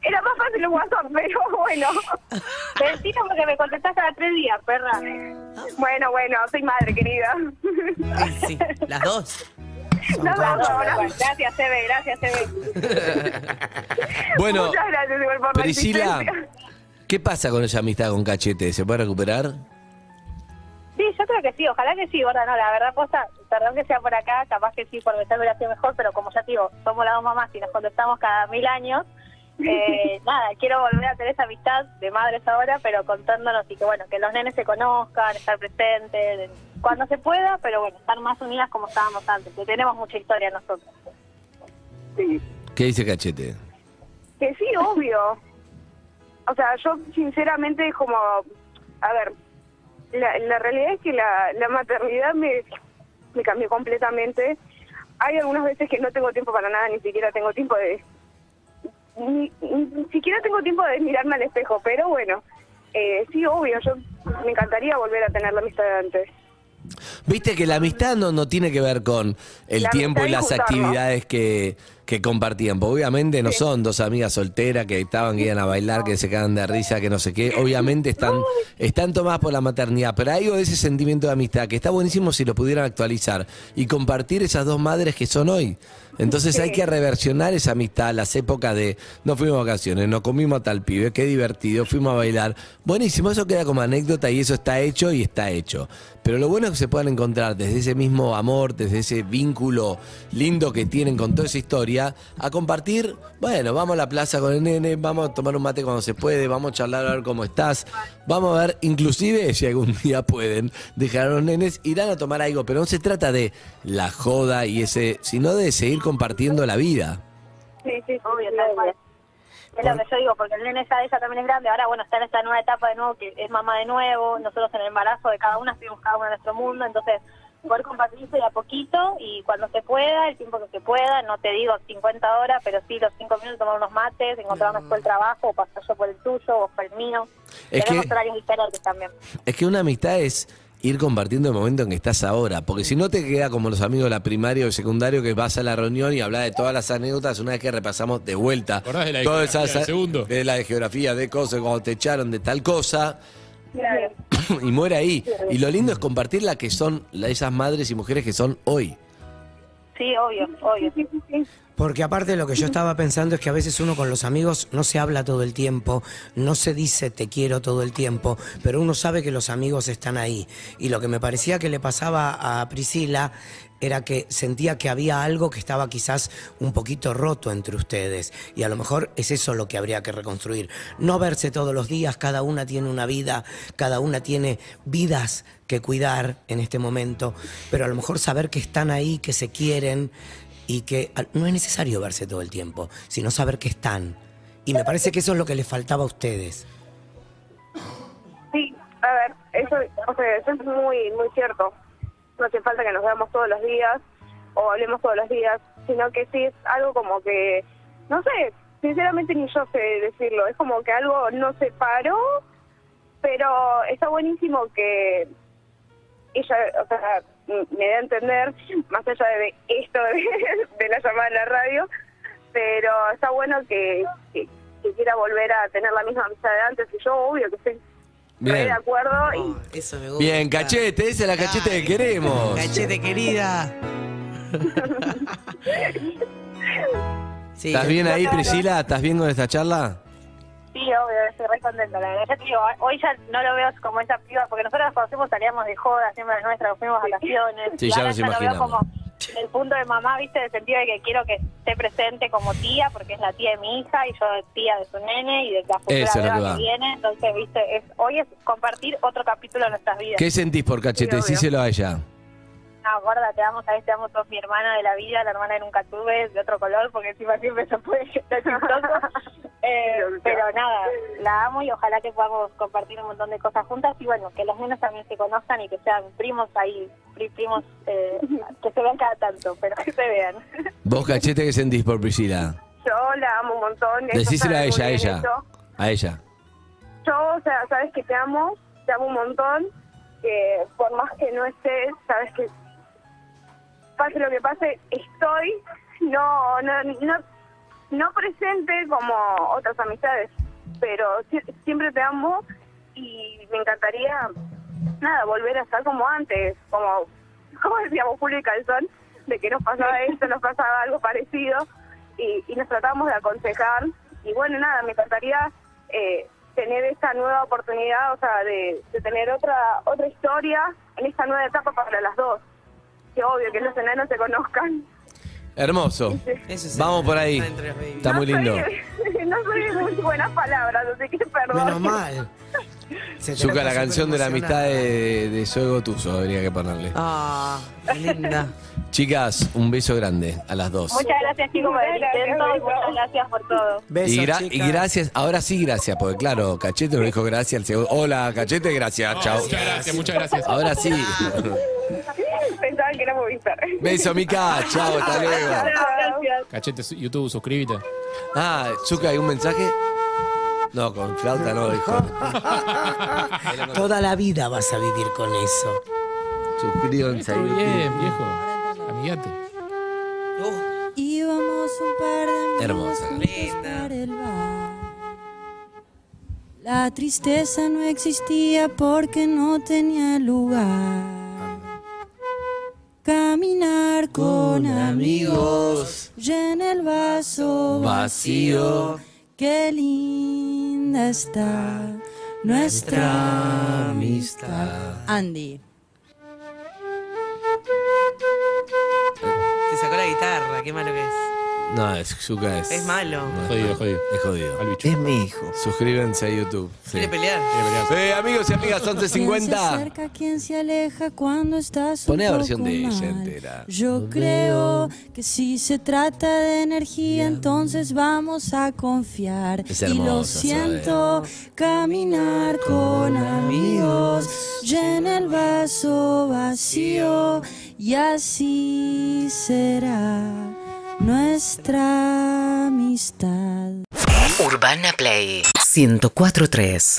Speaker 13: Era más fácil un WhatsApp, pero bueno.
Speaker 11: Mentira porque me contestás cada tres días, perra.
Speaker 13: Bueno, bueno, soy madre, querida.
Speaker 6: Sí, las dos.
Speaker 13: Nos vamos ahora.
Speaker 11: Gracias, Eve, gracias, Eve.
Speaker 3: Bueno,
Speaker 13: Muchas gracias igual por la
Speaker 3: Priscila,
Speaker 13: asistencia.
Speaker 3: ¿qué pasa con esa amistad con cachetes? ¿Se puede recuperar?
Speaker 11: Sí, yo creo que sí, ojalá que sí, gorda, no, la verdad, posta, perdón que sea por acá, capaz que sí, por besar hubiera sido mejor, pero como ya te digo, somos las dos mamás y nos contestamos cada mil años, eh, nada, quiero volver a tener esa amistad de madres ahora, pero contándonos y que bueno, que los nenes se conozcan, estar presentes, cuando se pueda, pero bueno, estar más unidas como estábamos antes, que tenemos mucha historia nosotros.
Speaker 3: ¿Qué dice cachete?
Speaker 13: Que sí, obvio. O sea, yo sinceramente como, a ver, la, la realidad es que la, la maternidad me, me cambió completamente. Hay algunas veces que no tengo tiempo para nada, ni siquiera tengo tiempo de... Ni, ni siquiera tengo tiempo de mirarme al espejo, pero bueno, eh, sí, obvio, yo me encantaría volver a tener la amistad de antes.
Speaker 3: Viste que la amistad no, no tiene que ver con el
Speaker 13: La
Speaker 3: tiempo y
Speaker 13: amistad
Speaker 3: las
Speaker 13: es juntarnos.
Speaker 3: actividades que, que compartían. Porque obviamente no son dos amigas solteras que estaban, que iban a bailar, que se cagan de risa, que no sé qué. Obviamente están, están tomadas por la maternidad. Pero hay algo de ese sentimiento de amistad que está buenísimo si lo pudieran actualizar y compartir esas dos madres que son hoy. Entonces hay que reversionar esa amistad, las épocas de no fuimos a vacaciones, no comimos a tal pibe, qué divertido, fuimos a bailar. Buenísimo, eso queda como anécdota y eso está hecho y está hecho. Pero lo bueno es que se puedan encontrar desde ese mismo amor, desde ese vínculo lindo que tienen con toda esa historia, a compartir, bueno, vamos a la plaza con el nene, vamos a tomar un mate cuando se puede, vamos a charlar a ver cómo estás, vamos a ver, inclusive si algún día pueden dejar a los nenes, irán a tomar algo, pero no se trata de la joda y ese, sino de seguir compartiendo la vida.
Speaker 11: Sí, sí, obvio, tal cual. Es lo que yo digo, porque el nene ya de ella también es grande, ahora bueno, está en esta nueva etapa de nuevo, que es mamá de nuevo, nosotros en el embarazo de cada una estuvimos cada uno en nuestro mundo, entonces poder compartirse de a poquito y cuando se pueda, el tiempo que se pueda, no te digo 50 horas, pero sí los 5 minutos, tomar unos mates, encontrarnos por el trabajo, o pasar yo por el tuyo, o por el mío.
Speaker 3: Es
Speaker 11: Tenemos
Speaker 3: que-
Speaker 11: horarios diferentes también.
Speaker 3: Es que una amistad es ir compartiendo el momento en que estás ahora, porque si no te queda como los amigos de la primaria o de secundario que vas a la reunión y hablas de todas las anécdotas una vez que repasamos de vuelta
Speaker 4: ¿Acordás de la de
Speaker 3: todas
Speaker 4: geografía del
Speaker 3: segundo? de la de geografía de cosas cuando te echaron de tal cosa y muere ahí. Y lo lindo es compartir la que son la- esas madres y mujeres que son hoy.
Speaker 11: Sí, obvio, obvio.
Speaker 5: Porque aparte lo que yo estaba pensando es que a veces uno con los amigos no se habla todo el tiempo, no se dice te quiero todo el tiempo, pero uno sabe que los amigos están ahí. Y lo que me parecía que le pasaba a Priscila era que sentía que había algo que estaba quizás un poquito roto entre ustedes. Y a lo mejor es eso lo que habría que reconstruir. No verse todos los días, cada una tiene una vida, cada una tiene vidas que cuidar en este momento, pero a lo mejor saber que están ahí, que se quieren y que al- no es necesario verse todo el tiempo, sino saber que están. Y me parece que eso es lo que les faltaba a ustedes.
Speaker 13: Sí, a ver, eso, o sea, eso es muy, muy cierto. No hace falta que nos veamos todos los días o hablemos todos los días, sino que sí es algo como que, no sé, sinceramente ni yo sé decirlo, es como que algo no se paró, pero está buenísimo que ella, o sea, m- me da a entender, más allá de esto de, de la llamada en la radio, pero está bueno que, que, que quiera volver a tener la misma amistad de antes, y yo obvio que estoy
Speaker 3: Bien.
Speaker 13: re de acuerdo y
Speaker 6: Eso me gusta.
Speaker 3: Bien, cachete, esa es la cachete que queremos.
Speaker 6: Cachete querida. Sí.
Speaker 3: ¿Estás bien ahí, Priscila? ¿Estás bien con esta charla?
Speaker 11: Sí, obvio, estoy re contenta, la verdad. Ya te digo, hoy ya no lo veo como esa piba, porque nosotros nos conocimos, salíamos de joda, hacíamos las nuestras, nos fuimos a vacaciones.
Speaker 3: Sí,
Speaker 11: Y
Speaker 3: ya
Speaker 11: ahora
Speaker 3: nos
Speaker 11: lo veo
Speaker 3: imaginamos.
Speaker 11: como en el punto de mamá, viste, en el sentido de que quiero que esté presente como tía, porque es la tía de mi hija y yo tía de su nene y de la futura
Speaker 3: Eso es lo
Speaker 11: beba
Speaker 3: que
Speaker 11: que,
Speaker 3: va.
Speaker 11: viene. Entonces, viste, es, hoy es compartir otro capítulo de nuestras vidas.
Speaker 3: ¿Qué sentís por cachete?
Speaker 11: Sí, obvio.
Speaker 3: Decíselo a ella.
Speaker 11: Ah, gorda, te amo, sabes, te amo, sos mi hermana de la vida, la hermana que nunca tuve, de otro color, porque encima siempre se puede estar chistoso. Eh, pero nada, la amo y ojalá que podamos compartir un montón de cosas juntas y bueno, que los niños también se conozcan y que sean primos ahí, pri- primos eh, que se vean cada tanto, pero que se vean.
Speaker 3: Vos, cachete, que sentís por Priscila.
Speaker 13: Yo la amo un montón. ella
Speaker 3: Decísela a
Speaker 13: sabe muy
Speaker 3: ella, a
Speaker 13: bien
Speaker 3: ella.
Speaker 13: eso.
Speaker 3: A ella.
Speaker 13: Yo, o sea, sabes que te amo, te amo un montón, que por más que no estés, sabes que pase lo que pase, estoy no no, no, no presente como otras amistades, pero sie- siempre te amo y me encantaría, nada, volver a estar como antes, como, como decíamos, Julio y Calzón, de que nos pasaba esto, nos pasaba algo parecido y, y nos tratamos de aconsejar y bueno, nada, me encantaría... eh, tener esta nueva oportunidad, o sea, de, de tener otra otra historia en esta nueva etapa para las dos. Que obvio que los enanos se conozcan.
Speaker 3: Hermoso. Vamos por ahí. Está muy lindo.
Speaker 13: no soy de muy buenas palabras, así que perdón.
Speaker 5: Menos mal. Se te
Speaker 3: Zuka,
Speaker 5: nota
Speaker 3: la canción de la amistad de,
Speaker 5: superemocionada.
Speaker 3: de Soy Tuso habría que ponerle.
Speaker 6: Ah, linda.
Speaker 3: Chicas, un beso grande a las dos.
Speaker 11: Muchas gracias chicos por el intento y muchas gracias por todo.
Speaker 3: y, gra- y gracias, ahora sí gracias, porque claro, Cachete nos dijo gracias al segundo. Hola, Cachete, gracias, chao.
Speaker 4: muchas gracias, muchas gracias.
Speaker 3: Ahora sí.
Speaker 13: Pensaban que era Movistar.
Speaker 3: Beso, Mica, chao, hasta luego.
Speaker 13: Gracias.
Speaker 4: Cachete, su- YouTube, suscríbete.
Speaker 3: Ah, Zuka, ¿hay un mensaje? No, con flauta no, hijo.
Speaker 5: Toda la vida vas a vivir con eso.
Speaker 3: Suscríbanse.
Speaker 4: Está bien, viejo. Amigate.
Speaker 14: Íbamos un par de amigos
Speaker 3: Hermosa.
Speaker 14: juntos por el bar. La tristeza no existía porque no tenía lugar. Caminar con, amigos, llena el vaso
Speaker 2: Vacío.
Speaker 14: Qué linda está nuestra amistad. Andy.
Speaker 6: Te sacó la guitarra, qué malo que es.
Speaker 3: No, es- Zuka es.
Speaker 6: Es malo.
Speaker 3: jodido, jodido. Es jodido.
Speaker 2: Es mi hijo.
Speaker 3: Suscríbanse a YouTube. Sí.
Speaker 6: Quiere pelear.
Speaker 3: Eh, amigos y amigas,
Speaker 14: ¿Quién se
Speaker 3: 11.50.
Speaker 14: acerca, quién se aleja cuando estás un
Speaker 3: Poné la versión
Speaker 14: poco
Speaker 3: de
Speaker 14: mal?
Speaker 3: ella entera.
Speaker 14: Yo creo que si se trata de energía, entonces vamos a confiar.
Speaker 2: Es
Speaker 14: y
Speaker 2: hermoso,
Speaker 14: lo siento, caminar con amigos, llena el vaso vacío y así será nuestra amistad.
Speaker 1: Urbana Play.
Speaker 2: 104.3